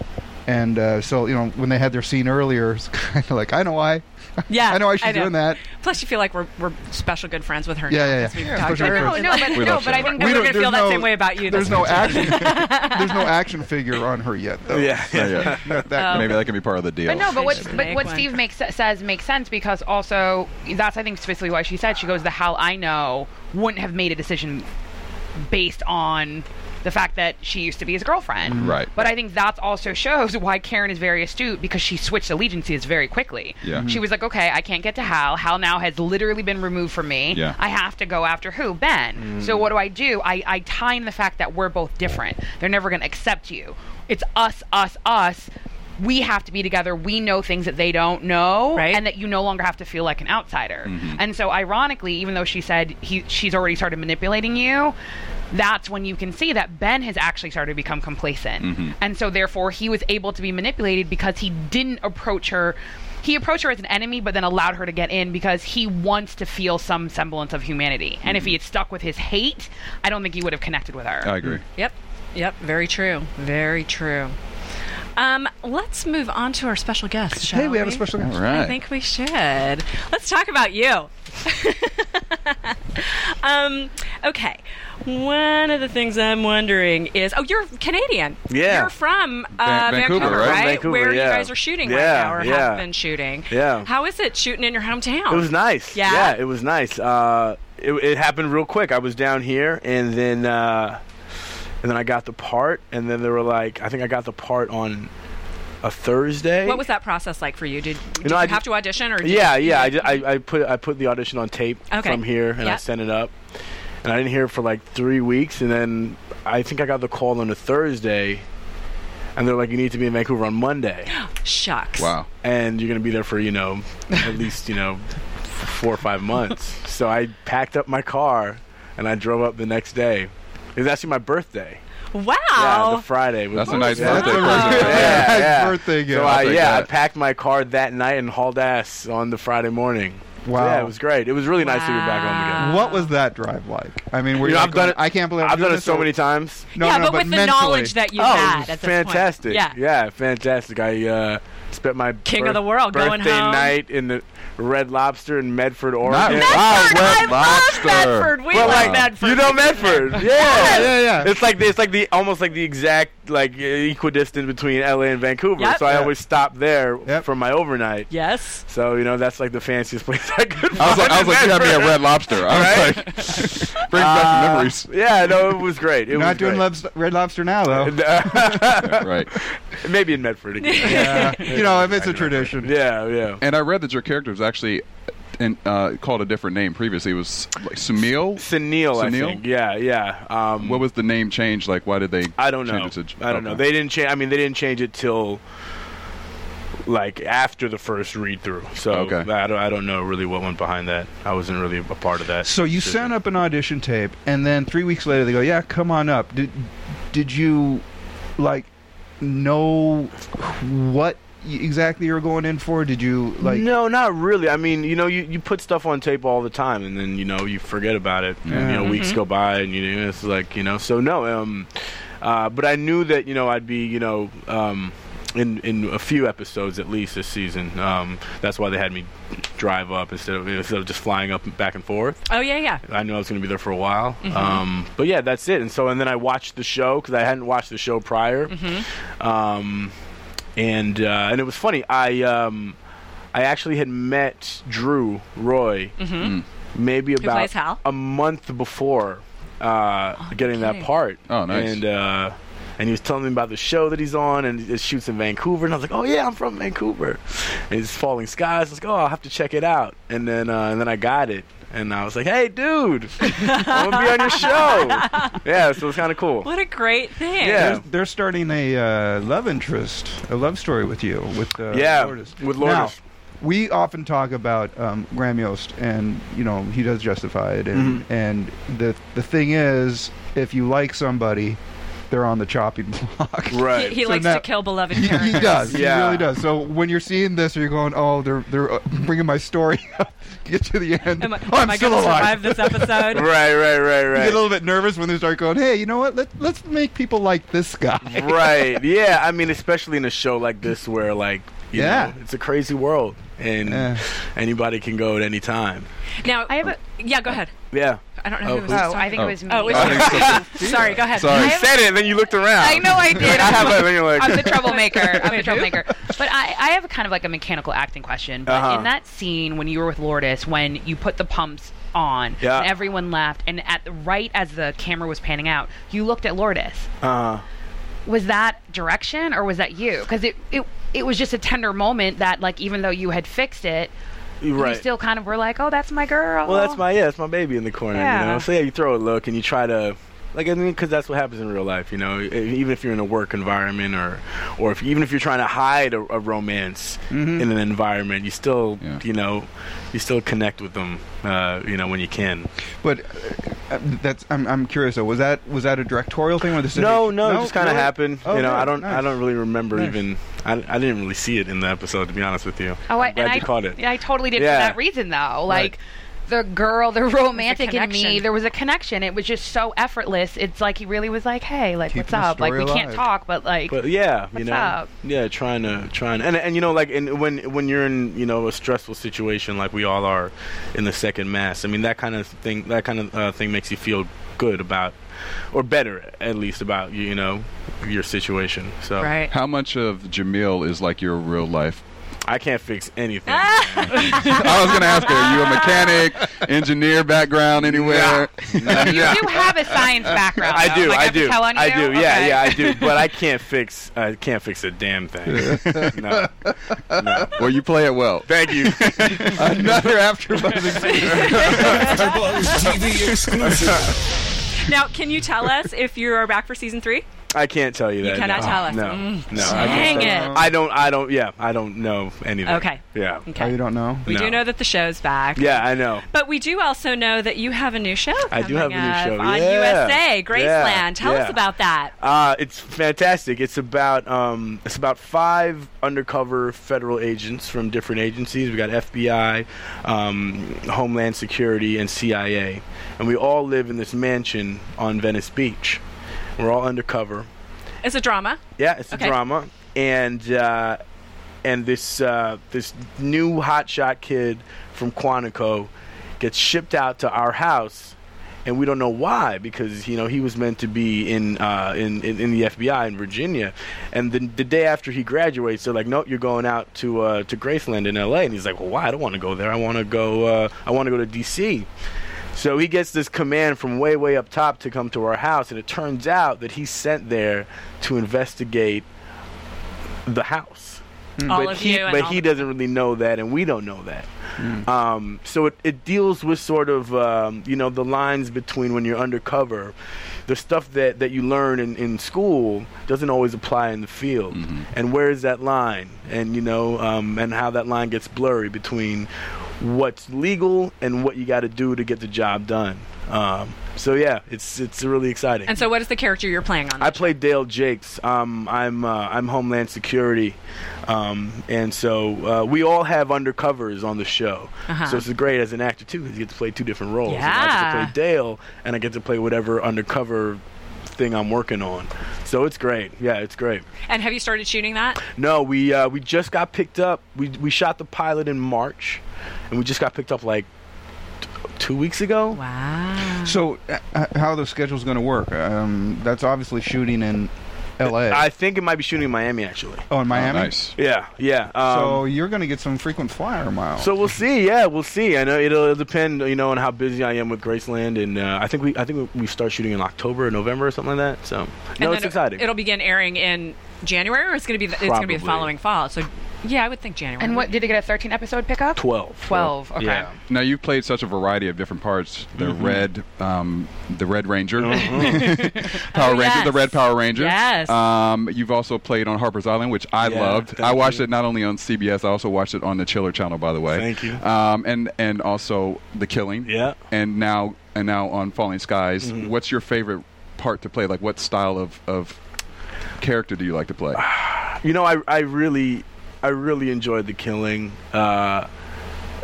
S6: And uh, so, you know, when they had their scene earlier, it's kind of like, I know why.
S2: yeah
S6: I know why she's doing that.
S2: plus you feel like we're, we're special good friends with her
S6: Yeah,
S2: now
S6: yeah, yeah.
S2: 'cause we've
S6: Yeah,
S2: talked
S6: special
S2: to her.
S6: good
S3: No, no, but,
S4: We
S3: no,
S4: love
S3: but I
S4: Sherlock.
S3: think
S6: We
S2: we're
S6: don't-
S2: going to feel
S6: there's
S2: that
S6: no-
S2: same way about you
S6: There's
S2: this
S6: no action. there's no action figure on her yet, though.
S5: Yeah. Oh.
S4: Not yet.
S6: That- that-
S4: Maybe that can be part of the deal.
S3: But no, but what,
S2: Just
S3: but
S2: make
S3: what
S2: one.
S3: Steve makes says makes sense because also that's I think specifically why she said she goes the hell I know wouldn't have made a decision based on the fact that she used to be his
S6: Mm-hmm.
S3: girlfriend.
S4: Right.
S3: But I think that also shows why Karen is very astute because she switched allegiances very quickly.
S4: Yeah. Mhm.
S3: She was like, okay, I can't get to Hal. Hal now has literally been removed from me.
S4: Yeah.
S3: I have to go after who? Ben. So what do I do? I, I time the fact that we're both different. They're never going to accept you. It's us, us, us. We have to be together. We know things that they don't know,
S2: Right.
S3: and that you no longer have to feel like an outsider. And so, ironically, even though she said he, she's already started manipulating you, that's when you can see that Ben has actually started to become complacent. And so, therefore, he was able to be manipulated because he didn't approach her. He approached her as an enemy, but then allowed her to get in because he wants to feel some semblance of humanity. And if he had stuck with his hate, I don't think he would have connected with her.
S4: I agree.
S2: Yep. Yep. Very true. Very true. Um, let's move on to our special guest. Shall
S6: Hey, we have a special guest.
S4: All
S2: I
S4: right.
S2: think we should. Let's talk about you. um, okay. One of the things I'm wondering is, oh, you're Canadian.
S5: Yeah.
S2: You're from
S4: Va-
S2: uh,
S4: Vancouver,
S2: Vancouver,
S4: right?
S2: right?
S5: Vancouver,
S2: Where
S5: yeah.
S2: you guys are shooting
S5: Yeah,
S2: right now, or
S5: yeah.
S2: have been shooting.
S5: Yeah.
S2: How is it shooting in your hometown?
S5: It was nice.
S2: Yeah?
S5: it was nice. Uh, it, it happened real quick. I was down here, and then uh, and then I got the part, and then they were like, I think I got the part on a Thursday.
S2: What was that process like for you? Did, did you,
S5: know, I
S2: have
S5: did-
S2: to audition, or did
S5: Yeah,
S2: you,
S5: yeah. I, ju- I, I put I put the audition on tape
S2: Okay.
S5: from here, and I
S2: Yep.
S5: sent it up. And I didn't hear it for like three weeks, and then I think I got the call on a Thursday, and they're like, "You need to be in Vancouver on Monday,
S2: Shucks.
S4: Wow.
S5: and you're gonna be there for you know at least you know four or five months." so I packed up my car, and I drove up the next day. It was actually my birthday.
S2: Wow.
S5: Yeah, the Friday. was
S4: That's a
S5: my-
S4: nice
S5: yeah.
S4: birthday
S6: That's a
S4: present.
S6: really
S4: right
S6: good
S4: there.
S5: Yeah, yeah.
S6: birthday gift.
S5: So I,
S4: I'll take
S5: yeah, I
S4: that.
S5: packed my car that night and hauled ass on the Friday morning.
S6: Wow.
S5: Yeah, it was great. It was really nice to be back home again.
S6: what was that drive like? I mean, were
S5: You
S6: you
S5: know,
S6: like
S5: I've done
S6: going,
S5: it.
S6: I can't believe I'm
S5: I've
S6: doing
S5: done it
S6: this,"
S5: so
S6: or-
S5: many times.
S6: No,
S2: yeah,
S6: no,
S2: but, with
S6: mentally.
S2: the knowledge that you
S5: oh,
S2: had
S5: it was
S2: at this
S5: fantastic.
S2: point. Yeah.
S5: yeah, fantastic. I uh, spent my
S2: King of the world, going
S5: birthday
S2: home.
S5: night in the Red Lobster in Medford,
S4: Not
S5: Oregon.
S4: Medford,
S5: Wow, well-
S2: I
S4: Lobster.
S2: love Medford. We
S5: well,
S2: love
S5: like
S2: Medford.
S5: you know Medford, yeah,
S6: yeah, yeah.
S5: It's like the, it's like the almost like the exact like equidistant between LA and Vancouver.
S2: Yep.
S5: So I
S6: Yeah.
S5: always stop there
S6: Yep.
S5: for my overnight.
S2: Yes.
S5: So you know that's like the fanciest place I could.
S4: I was like, I was
S5: find in
S4: like, you gotta be at
S5: Medford.
S4: Red Lobster. I was like, brings back some
S5: Uh,
S4: memories.
S5: Yeah, no, it was great. It
S6: You're
S5: was
S6: not doing
S5: great.
S6: Lobs- Red Lobster now, though.
S4: Right.
S5: Maybe in Medford again.
S6: Yeah. you know, if it's a tradition.
S5: Yeah, yeah.
S4: And I read that your character was actually in, uh, called a different name previously. It was like Sunil.
S5: Sunil, I
S4: Sunil?
S5: think. Yeah, yeah. Um,
S4: What was the name change? Like, why did they?
S5: I don't know.
S4: Change it to,
S5: I don't know.
S4: okay.
S5: They didn't change. I mean, they didn't change it till like after the first read through. So
S4: Okay.
S5: I don't. I don't know really what went behind that. I wasn't really a part of that.
S6: So you
S5: decision.
S6: sent up an audition tape, and then three weeks later they go, "Yeah, come on up." Did did you like know what y- exactly you're going in for? Did you like?
S5: no, not really. I mean, you know, you, you put stuff on tape all the time, and then you know you forget about it. And, you know, weeks go by, and you know it's like you know. So no, um, uh, but I knew that you know I'd be you know um, in in a few episodes at least this season. Um, that's why they had me drive up instead of instead of just flying up and back and forth.
S10: Oh yeah, yeah.
S5: I knew I was going to be there for a while.
S10: Mm-hmm.
S5: Um, but yeah, that's it. And so, and then I watched the show because I hadn't watched the show prior.
S10: Mm-hmm.
S5: Um, and uh, and it was funny. I um, I actually had met Drew Roy maybe about
S10: Mm-hmm. plays Hal?
S5: a month before uh, getting that part.
S4: Oh, nice.
S5: And uh, and he was telling me about the show that he's on, and it shoots in Vancouver. And I was like, "Oh yeah, I'm from Vancouver." And it's Falling Skies. I was like, "Oh, I'll have to check it out." And then uh, and then I got it, and I was like, "Hey, dude, I'm gonna be on your show." yeah, so it was kind of cool.
S10: What a great thing.
S5: Yeah.
S6: They're, they're starting a uh, love interest, a love story with you, with uh,
S5: Yeah,
S6: Lourdes.
S5: with
S6: Now,
S5: Lourdes.
S6: we often talk about um, Graham Yost, and you know he does Justified, and
S5: Mm-hmm.
S6: and the the thing is, if you like somebody, they're on the chopping block.
S10: He,
S5: Right.
S10: he
S6: So
S10: likes
S6: now-
S10: to kill beloved
S6: he
S10: characters.
S6: does. He
S5: Yeah.
S6: really does. So when you're seeing this, you're going, "Oh, they're they're uh, bringing my story up." Get to the end.
S10: Am I,
S6: oh, I'm
S10: am I
S6: still
S10: gonna survive
S6: alive.
S10: this episode?
S5: right, right, right,
S6: You
S5: right.
S6: get a little bit nervous when they start going, "Hey, you know what? Let let's make people like this guy."
S5: right. Yeah. I mean, especially in a show like this where like you
S6: Yeah.
S5: know, it's a crazy world and
S6: Yeah.
S5: anybody can go at any time.
S10: Now
S3: I have a-
S10: yeah. Go ahead.
S5: Yeah.
S10: I don't know
S5: Oh,
S10: who was
S5: who-
S3: Oh, I think
S4: Oh.
S3: it was me.
S10: Oh, it was you. Sorry. Go ahead.
S4: Sorry.
S5: You said it, then you looked around.
S3: I know I did.
S5: I have it, and you're like,
S3: I'm the troublemaker. I'm the troublemaker. But I, I have kind of like a mechanical acting question. But
S5: Uh-huh.
S3: in that scene when you were with Lourdes, when you put the pumps on,
S5: Yeah.
S3: and everyone left, and at the, right as the camera was panning out, you looked at Lourdes.
S5: Uh,
S3: Was that direction or was that you? Because it, it it was just a tender moment that like even though you had fixed it,
S5: you're right.
S3: you still kind of were like, oh, that's my girl.
S5: well, that's my yeah, that's my baby in the corner. You
S3: Yeah.
S5: know, so yeah, you throw a look and you try to. Like I mean, because that's what happens in real life, you know. E- Even if you're in a work environment, or, or if even if you're trying to hide a, a romance
S6: Mm-hmm.
S5: in an environment, you still,
S4: Yeah.
S5: you know, you still connect with them, uh, you know, when you can.
S6: But uh, uh, that's I'm, I'm curious though. Was that was that a directorial thing or this? is-
S5: No, no, it just kind of
S6: really?
S5: happened.
S6: Oh,
S5: you know,
S6: good.
S5: I don't, I
S6: Nice.
S5: don't really remember
S6: Nice.
S5: even. I, I didn't really see it in the episode, to be honest with you.
S3: Oh, I,
S5: I'm glad
S3: and
S5: you
S3: I,
S5: caught it.
S3: Yeah, I totally did
S5: Yeah.
S3: for that reason, though. Like the girl, the romantic in me,
S10: connection.
S3: there was a connection. It was just so effortless. It's like he really was like, "Hey, like
S6: Keeping
S3: what's
S6: the
S3: up? Like
S6: story
S3: we can't
S6: alive.
S3: talk, but like."
S5: But yeah, you
S3: What's
S5: know,
S3: up?
S5: yeah, trying to trying and and you know like and when when you're in you know a stressful situation like we all are in the second mass. I mean that kind of thing that kind of uh, thing makes you feel good about or better at least about you know your situation. So
S10: Right.
S4: How much of Jamil is like your real life?
S5: I can't fix anything.
S4: I was going to ask her, are you a mechanic, engineer background anywhere?
S3: you do have a science background.
S5: I
S3: though.
S5: do,
S3: Am
S5: I
S3: gonna
S5: do,
S3: tell on
S5: I
S3: you?
S5: do. Yeah,
S3: Okay.
S5: yeah, I do. But I can't fix, I can't fix a damn thing. no, no.
S4: well, you play it well.
S5: Thank you.
S4: Another after
S7: AfterBuzz TV exclusive.
S10: Now, can you tell us if you are back for season three?
S5: I can't tell you that.
S10: cannot
S5: no.
S10: tell us.
S5: No,
S10: Mm.
S5: no. I
S10: Dang
S5: can't tell-
S10: it.
S5: I don't. I don't. Yeah, I don't know anything.
S10: Okay.
S5: Yeah.
S6: Oh, you
S10: Okay.
S6: don't know.
S10: We
S5: No.
S10: do know that the show's back.
S5: Yeah, I know.
S10: But we do also know that you have a new show.
S5: I do have
S10: coming
S5: a new
S10: up
S5: show.
S10: on
S5: Yeah.
S10: USA
S5: Yeah.
S10: Graceland. Tell us
S5: Yeah.
S10: about that.
S5: Uh, it's fantastic. It's about um, it's about five undercover federal agents from different agencies. We got FBI, um, Homeland Security, and CIA, and we all live in this mansion on Venice Beach. We're all undercover.
S10: It's a drama.
S5: Yeah, it's
S10: Okay.
S5: a drama, and uh, and this uh, this new hotshot kid from Quantico gets shipped out to our house, and we don't know why because you know he was meant to be in uh, in, in in the FBI in Virginia, and the, the day after he graduates, they're like, no, you're going out to uh, to Graceland in L.A., and he's like, well, why? I don't want to go there. I want to go. Uh, I want to go to D.C. So he gets this command from way, way up top to come to our house, and it turns out that he's sent there to investigate the house.
S2: Mm-hmm.
S10: All
S5: Mm. but
S10: of
S5: he,
S10: you. And
S5: but
S10: all
S5: he doesn't really know that, and we don't know that. Um, so it, it deals with sort of um, you know the lines between when you're undercover, the stuff that, that you learn in, in school doesn't always apply in the field, and where is that line, and you know, um, and how that line gets blurry between what's legal and what you got to do to get the job done. Um, So yeah, it's it's really exciting.
S10: And so, what is the character you're playing on?
S5: I
S10: that
S5: play Dale Jakes. Um, I'm uh, I'm Homeland Security, um, and so uh, we all have undercovers on the show. So it's great as an actor too because you get to play two different roles. And I
S10: Yeah.
S5: get to play Dale, and I get to play whatever undercover thing I'm working on. So it's great. Yeah, it's great.
S10: show? and have you started shooting that?
S5: No, we uh, we just got picked up. We we shot the pilot in March, and we just got picked up like t- two weeks ago.
S10: Wow.
S6: So, uh, h- how the schedule's going to work? Um, that's obviously shooting in L.A.
S5: I think it might be shooting in Miami actually.
S6: oh, in Miami.
S4: nice.
S5: Yeah, yeah. Um,
S6: so you're going to get some frequent flyer miles.
S5: So we'll see. Yeah, we'll see. I know it'll, it'll depend, you know, on how busy I am with Graceland, and uh, I think we I think we we start shooting in October or November or something like that. So no,
S10: And
S5: it's
S10: then
S5: exciting.
S10: It, will begin airing in January, or it's going to be the, it's going to be the following
S5: Probably.
S10: fall. So, yeah, I would think January.
S3: And what did it get a 13 episode pickup?
S5: twelve.
S3: 12. Okay.
S5: Yeah.
S4: Now you've played such a variety of different parts. The
S5: Mm-hmm.
S4: red, um, the Red Ranger,
S5: Uh-huh.
S4: Power
S10: Oh,
S4: Ranger,
S10: yes.
S4: the Red Power Ranger.
S10: Yes.
S4: Um, you've also played on Harper's Island, which I
S5: Yeah,
S4: loved.
S5: thank
S4: I watched
S5: you.
S4: it not only on CBS, I also watched it on the Chiller Channel, by the way.
S5: Thank you.
S4: Um, and and also The Killing.
S5: Yeah. Mm-hmm.
S4: And now and now on Falling Skies. What's your favorite part to play? Like, what style of of character do you like to play?
S5: You know, I I really I really enjoyed the killing. Uh,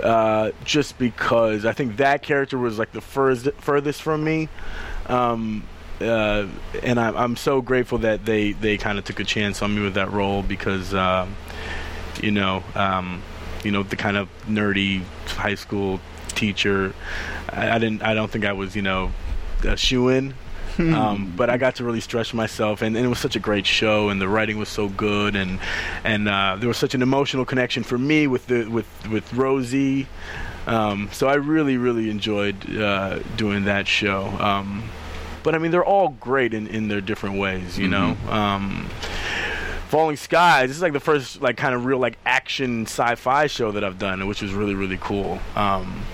S5: uh, just because I think that character was like the furthest furthest from me. Um, uh, and I'm I'm so grateful that they they kind of took a chance on me with that role because um you know um, you know the kind of nerdy high school teacher. I, I didn't I don't think I was you know a shoe in. um, but I got to really stretch myself, and, and it was such a great show, and the writing was so good, and and uh, there was such an emotional connection for me with the with with Rosie. Um, so I really, really enjoyed uh, doing that show. Um, but I mean, they're all great in, in their different ways, you know. Um, Falling Skies. This is like the first like kind of real like action sci-fi show that I've done, which was really, really cool. Um,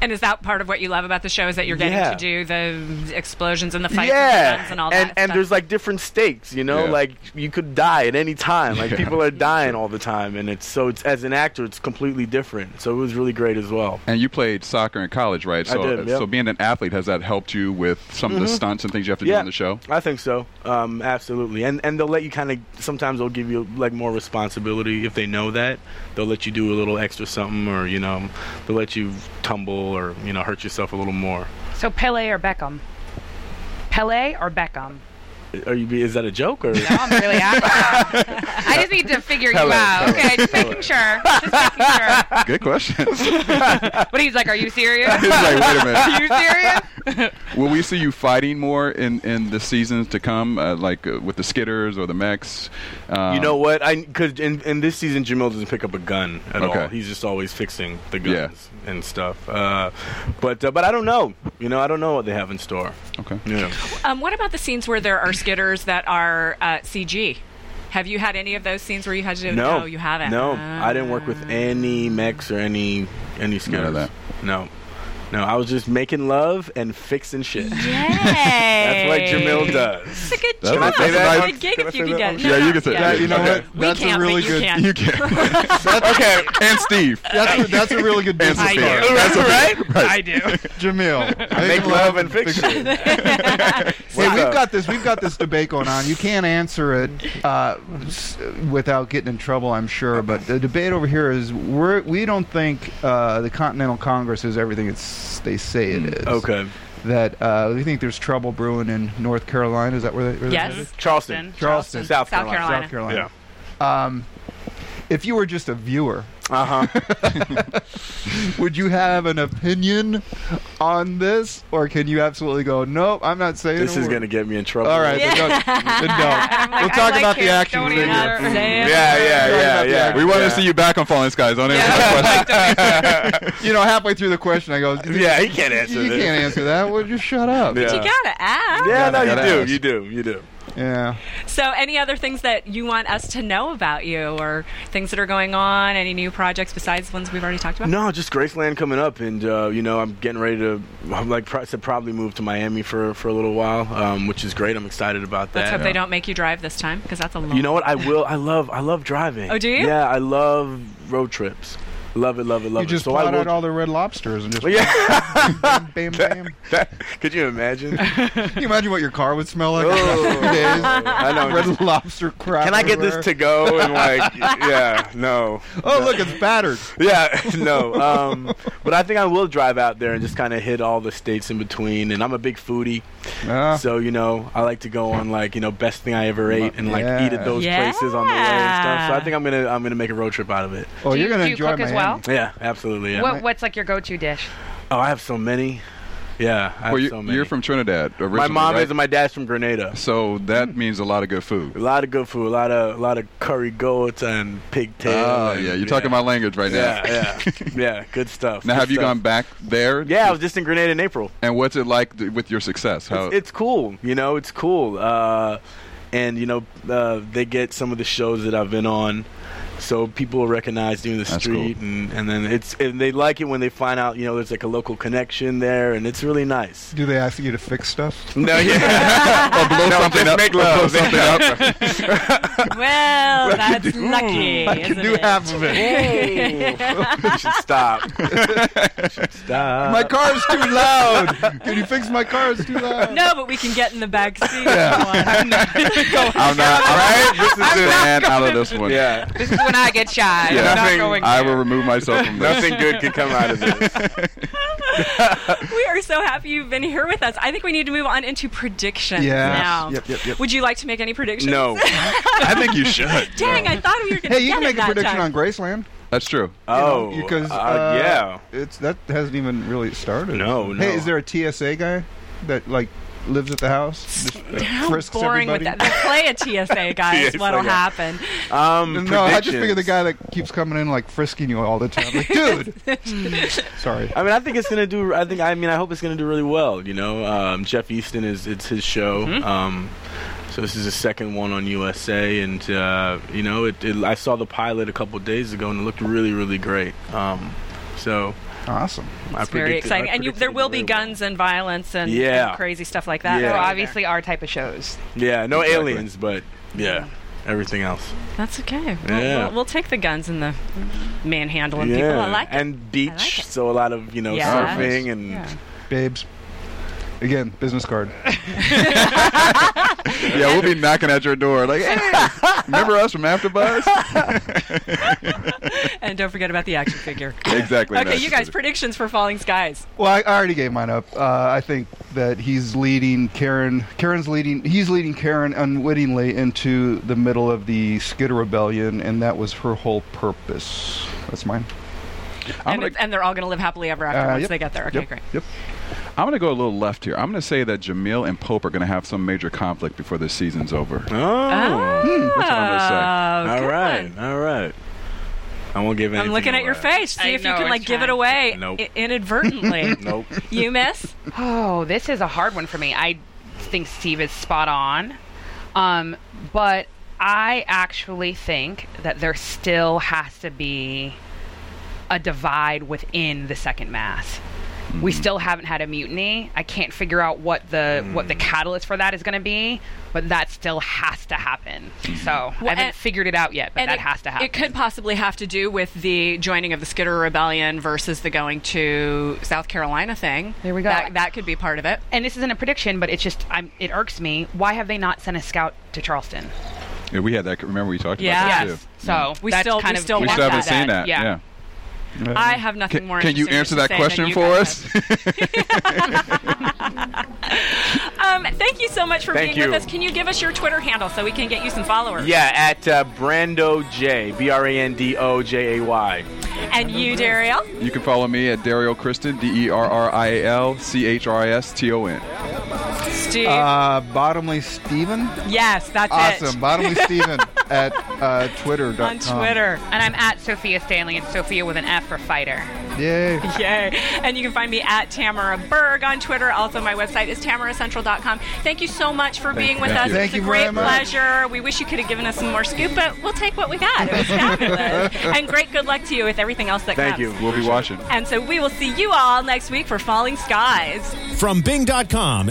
S10: and is that part of what you love about the show? Is that you're getting
S5: Yeah.
S10: to do the explosions and the fights and, the
S5: yeah,
S10: guns and all
S5: and
S10: that?
S5: and
S10: stuff?
S5: there's like different stakes, you know.
S4: Yeah.
S5: Like you could die at any time. Like
S4: Yeah.
S5: people are dying all the time, and it's so it's as an actor, it's completely different. So it was really great as well.
S4: And you played soccer in college, right?
S5: I
S4: So,
S5: did, Mm-hmm. yeah.
S4: so being an athlete has that helped you with some of the stunts and things you have to do on the show?
S5: I think so. Um, absolutely. And and they'll let you kind of sometimes they'll give you like more responsibility if they know that. They'll let you do a little extra something, or you know, they'll let you tumble or you know hurt yourself a little more.
S3: So Pele or Beckham? Pele or Beckham?
S5: Are you? Is that a joke or?
S3: I'm really asking. I just need to figure you out. Okay, just making sure. Just making sure.
S4: Good question. It's
S3: But he's like, "Are you serious?
S4: like, wait a minute.
S3: Are you serious?"
S4: Will we see you fighting more in, in the seasons to come, uh, like uh, with the Skidders or the Mechs? Um,
S5: You know what? I because in, in this season Jamil doesn't pick up a gun at
S4: Okay.
S5: all. He's just always fixing the
S4: Yeah.
S5: guns and stuff. Uh, but uh, but I don't know. You know I don't know what they have in store.
S4: Okay.
S5: Yeah.
S10: Um, what about the scenes where there are skitters that are uh, CG? Have you had any of those scenes where you had to do? Oh,
S5: No,
S10: you haven't.
S5: No,
S10: Ah.
S5: I didn't work with any mechs or any any
S4: None of
S5: skitters.
S4: that.
S5: No, no, I was just making love and fixing shit.
S10: Yay!
S5: That's what Jamil does.
S10: It's a good
S4: That's
S10: job.
S4: what they
S10: It's
S4: did.
S10: a
S4: Can
S10: good gig if you
S5: say
S10: could
S5: that?
S10: get.
S4: Yeah, you can say
S10: yeah.
S4: that.
S6: you know
S4: Okay.
S6: what? That's
S10: can't,
S6: a
S10: but
S6: really
S10: you
S6: good.
S10: can.
S4: You can.
S5: okay,
S4: and Steve.
S6: That's a, that's a really good
S4: And
S6: business
S3: I
S4: Sophia.
S3: do.
S5: that's right.
S3: I do.
S6: Jamil.
S5: Make love and fix shit.
S6: Hey,
S5: What's
S6: we've
S5: up?
S6: got this. We've got this debate going on. You can't answer it uh, s- without getting in trouble, I'm sure. But the debate over here is we're, we don't think uh, the Continental Congress is everything it's they say it is.
S5: Okay,
S6: That uh, we think there's trouble brewing in North Carolina. Is that where? They, where
S10: Yes.
S6: that is?
S5: Charleston,
S6: Charleston,
S5: South
S10: South
S5: Carolina.
S6: South Carolina.
S5: Yeah.
S6: Um, if you were just a viewer,
S5: Uh huh.
S6: would you have an opinion on this, or can you absolutely go? Nope, I'm not saying.
S5: This
S6: a
S5: is
S6: word."
S5: gonna get me in trouble.
S6: All right, then don't. then don't. We'll
S3: I
S6: talk
S3: like
S6: about the
S3: him.
S6: action
S3: Don't
S6: later.
S3: even matter.
S5: Yeah, yeah, yeah, yeah.
S4: We want
S5: yeah.
S4: to see you back on Falling Skies. Don't answer that question.
S6: you know, halfway through the question, I go,
S5: Yeah, he can't answer
S6: you
S5: this.
S6: can't answer that. Well, just shut up.
S5: Yeah.
S10: You gotta ask.
S5: Yeah, no,
S4: Gotta
S5: you
S4: ask.
S5: do, you do, you do.
S6: Yeah.
S10: So, any other things that you want us to know about you, or things that are going on? Any new projects besides the ones we've already talked about?
S5: No, just Graceland coming up, and uh, you know I'm getting ready to, I'm like pro- said, probably move to Miami for for a little while, um, which is great. I'm excited about that.
S10: Let's hope they don't make you drive this time, because that's a long.
S5: You know what? I will. I love. I love driving.
S10: Oh, do you?
S5: Yeah, I love road trips. Love it, love it, love
S6: you
S5: it.
S6: just
S5: so I
S6: plot out
S5: will,
S6: all the red lobsters and just
S5: yeah.
S6: bam, bam.
S5: Could you imagine?
S6: Can you imagine what your car would smell like?
S5: Oh.
S6: Days?
S5: I know.
S6: Red
S5: just-
S6: lobster crap.
S5: Can I get this to go? And like, yeah, no.
S6: Oh, look, it's battered.
S5: yeah, no. Um, but I think I will drive out there and just kind of hit all the states in between. And I'm a big foodie,
S6: Ah.
S5: so you know I like to go on like you know best thing I ever ate and like eat at those
S11: Yeah.
S5: places on the way and stuff. So I think I'm gonna I'm gonna make a road trip out of it.
S6: oh,
S3: Do you-
S6: you're gonna
S3: do you
S6: enjoy
S3: cook
S6: my
S3: as well?
S6: hand.
S5: Yeah, absolutely. Yeah.
S3: What, what's like your go-to dish?
S5: Oh, I have so many. Yeah, I have
S4: Well, you,
S5: so many.
S4: are from Trinidad originally,
S5: my mom
S4: right?
S5: is and my dad's from Grenada.
S4: so that means a lot of good
S5: A
S4: food.
S5: lot of good food, a lot of a lot of curry goat and pigtail.
S4: Oh,
S5: and-
S4: yeah, you're talking my language right
S5: yeah,
S4: now.
S5: yeah, yeah, good stuff.
S4: Now,
S5: good
S4: have you
S5: stuff.
S4: gone back there?
S5: Yeah, I was just in Grenada in April.
S4: And what's it like th- with your success? How
S5: It's, it's cool, you know. It's cool, uh, and you know uh, they get some of the shows that I've been on, so people are recognized doing the
S4: That's
S5: street, and, and then it's and they like it when they find out you know there's like a local connection there, and it's really nice.
S6: Do they ask you to fix stuff?
S5: No, yeah,
S4: or blow something up?
S5: make
S4: or
S5: love.
S4: Blow something up.
S11: Well, that's lucky.
S6: I can
S11: isn't
S6: do
S11: it?
S6: half of it.
S5: you should stop. You should stop.
S6: My car's too loud. Can you fix my car? It's too loud.
S2: No, but we can get in the back seat.
S4: I'm not. All right, this is it. Man, out of this one.
S5: yeah,
S3: This is when I get shy.
S4: Yeah.
S3: I'm not
S5: Nothing-
S3: going
S4: I
S3: there.
S4: will remove myself from this.
S5: nothing good could come out of this.
S2: we are so happy you've been here with us. I think we need to move on into predictions
S6: Yes.
S2: now.
S6: Yep, yep, yep.
S2: Would you like to make any predictions?
S5: No,
S4: I think you should.
S2: Dang, I thought we were going to
S6: Hey, you can make a prediction on Graceland.
S4: That's true.
S5: oh,
S6: because
S5: uh,
S6: uh,
S5: yeah.
S6: it's that hasn't even really started.
S5: No, no.
S6: Hey, is there a TSA guy that like lives at the house? Just, uh,
S2: How
S6: frisks
S2: boring
S6: everybody?
S2: would that? They play a TSA, guys.
S5: TSA,
S2: what'll
S5: yeah.
S2: happen?
S5: Um,
S6: No, I just figure the
S5: predictions.
S6: guy that keeps coming in like frisking you all the time. Like, dude, sorry.
S5: I mean, I think it's gonna do. I think. I mean, I hope it's gonna do really well. You know, um, Jeff Easton is it's his show.
S2: Mm-hmm.
S5: Um, so this is the second one on USA, and uh, you know, it, it. I saw the pilot a couple days ago, and it looked really, really great. Um, so
S6: Awesome.
S5: I
S2: It's very
S5: predict it- I
S2: exciting, and you,
S5: predict
S2: there
S5: it'll
S2: will
S5: do
S2: be
S5: very well.
S2: guns and violence and,
S5: Yeah.
S2: and crazy stuff like that.
S5: Yeah.
S3: So
S5: Well,
S3: obviously our type of shows.
S5: Yeah, no
S4: Exactly.
S5: aliens, but yeah,
S2: Mm-hmm.
S5: everything else.
S2: that's okay. We'll,
S5: Yeah.
S2: we'll, we'll take the guns and the manhandling
S5: yeah,
S2: people. I like it.
S5: and beach.
S2: it.
S5: so a lot of you know
S2: Yeah.
S5: surfing and
S6: Babes. Again, business card.
S4: Yeah, we'll be knocking at your door like, hey, remember us from AfterBuzz?
S2: And don't forget about the action figure.
S4: exactly.
S2: okay,
S4: Matt.
S2: you guys, predictions for Falling Skies.
S6: Well, I, I already gave mine up. Uh, I think that he's leading Karen. Karen's leading. He's leading Karen unwittingly into the middle of the Skidder Rebellion, and that was her whole purpose. That's mine.
S4: I'm
S2: and,
S4: gonna-
S2: it's- and they're all going to live happily ever after
S6: Uh,
S2: once
S6: yep.
S2: they get there. Okay,
S6: Yep.
S2: great.
S6: Yep.
S4: I'm going to go a little left here. I'm going to say that Jamil and Pope are going to have some major conflict before this season's over.
S5: oh,
S4: That's what I'm going to say.
S2: Oh,
S5: all
S2: good
S5: right,
S2: one.
S5: all right. I won't give.
S2: I'm
S5: anything
S2: looking at your
S5: away.
S2: face. See
S3: I
S2: if you
S3: know,
S2: can
S3: I'm
S2: like give it
S3: trying.
S2: away
S5: Nope.
S2: i- inadvertently.
S5: Nope.
S2: You miss?
S3: Oh, this is a hard one for me. I think Steve is spot on. Um, but I actually think that there still has to be a divide within the second mass. We still haven't had a mutiny. I can't figure out what the what the catalyst for that is going to be, but that still has to happen. So I haven't
S2: and-
S3: figured it out yet, but that
S2: it,
S3: has to happen.
S2: It could possibly have to do with the joining of the Skidder Rebellion versus the going to South Carolina thing.
S3: There we go.
S2: That, that could be part of it.
S3: and this isn't a prediction, but it's just I'm, it irks me. Why have they not sent a scout to Charleston?
S4: Yeah, we had that. Remember we talked
S2: Yes.
S4: about that
S3: Yes.
S4: too.
S3: So
S2: We
S3: that's
S2: still- we
S3: kind of
S2: still
S4: We
S2: want
S4: still haven't
S2: that.
S4: seen that. Yeah.
S2: I have nothing more.
S4: Uh, Can you answer
S2: interesting to
S4: that
S2: say
S4: question
S2: than you
S4: for
S2: guys
S4: us?
S2: have. Um, thank you so much for
S5: Thank
S2: being
S5: you.
S2: with us. Can you give us your Twitter handle so we can get you some followers?
S5: Yeah, at uh, Brando J, B R A N D O J A Y.
S2: And you, Daryl.
S4: you can follow me at Dario Kristen, D E R R I A L C H R I S T O N.
S2: Steve.
S6: Uh, Bottomley Steven.
S2: yes, that's
S6: Awesome.
S2: it.
S6: Bottomley Steven at uh, Twitter.
S2: On Twitter.
S4: Oh.
S3: And I'm at Sophia Stanley and Sophia with an F for fighter.
S6: Yay.
S2: Yay. And you can find me at Tamara Berg on Twitter. Also, my website is tamaracentral.com. Thank you so much for being with
S4: thank
S2: us.
S4: you.
S2: It
S6: Thank
S2: was a
S6: you
S2: great
S6: very much.
S2: pleasure. We wish you could have given us some more scoop, but we'll take what we got. It was fabulous. and great good luck to you with everything else that
S5: Thank
S2: comes.
S5: you.
S4: We'll be watching.
S2: And so we will see you all next week for Falling Skies.
S1: From Bing.com,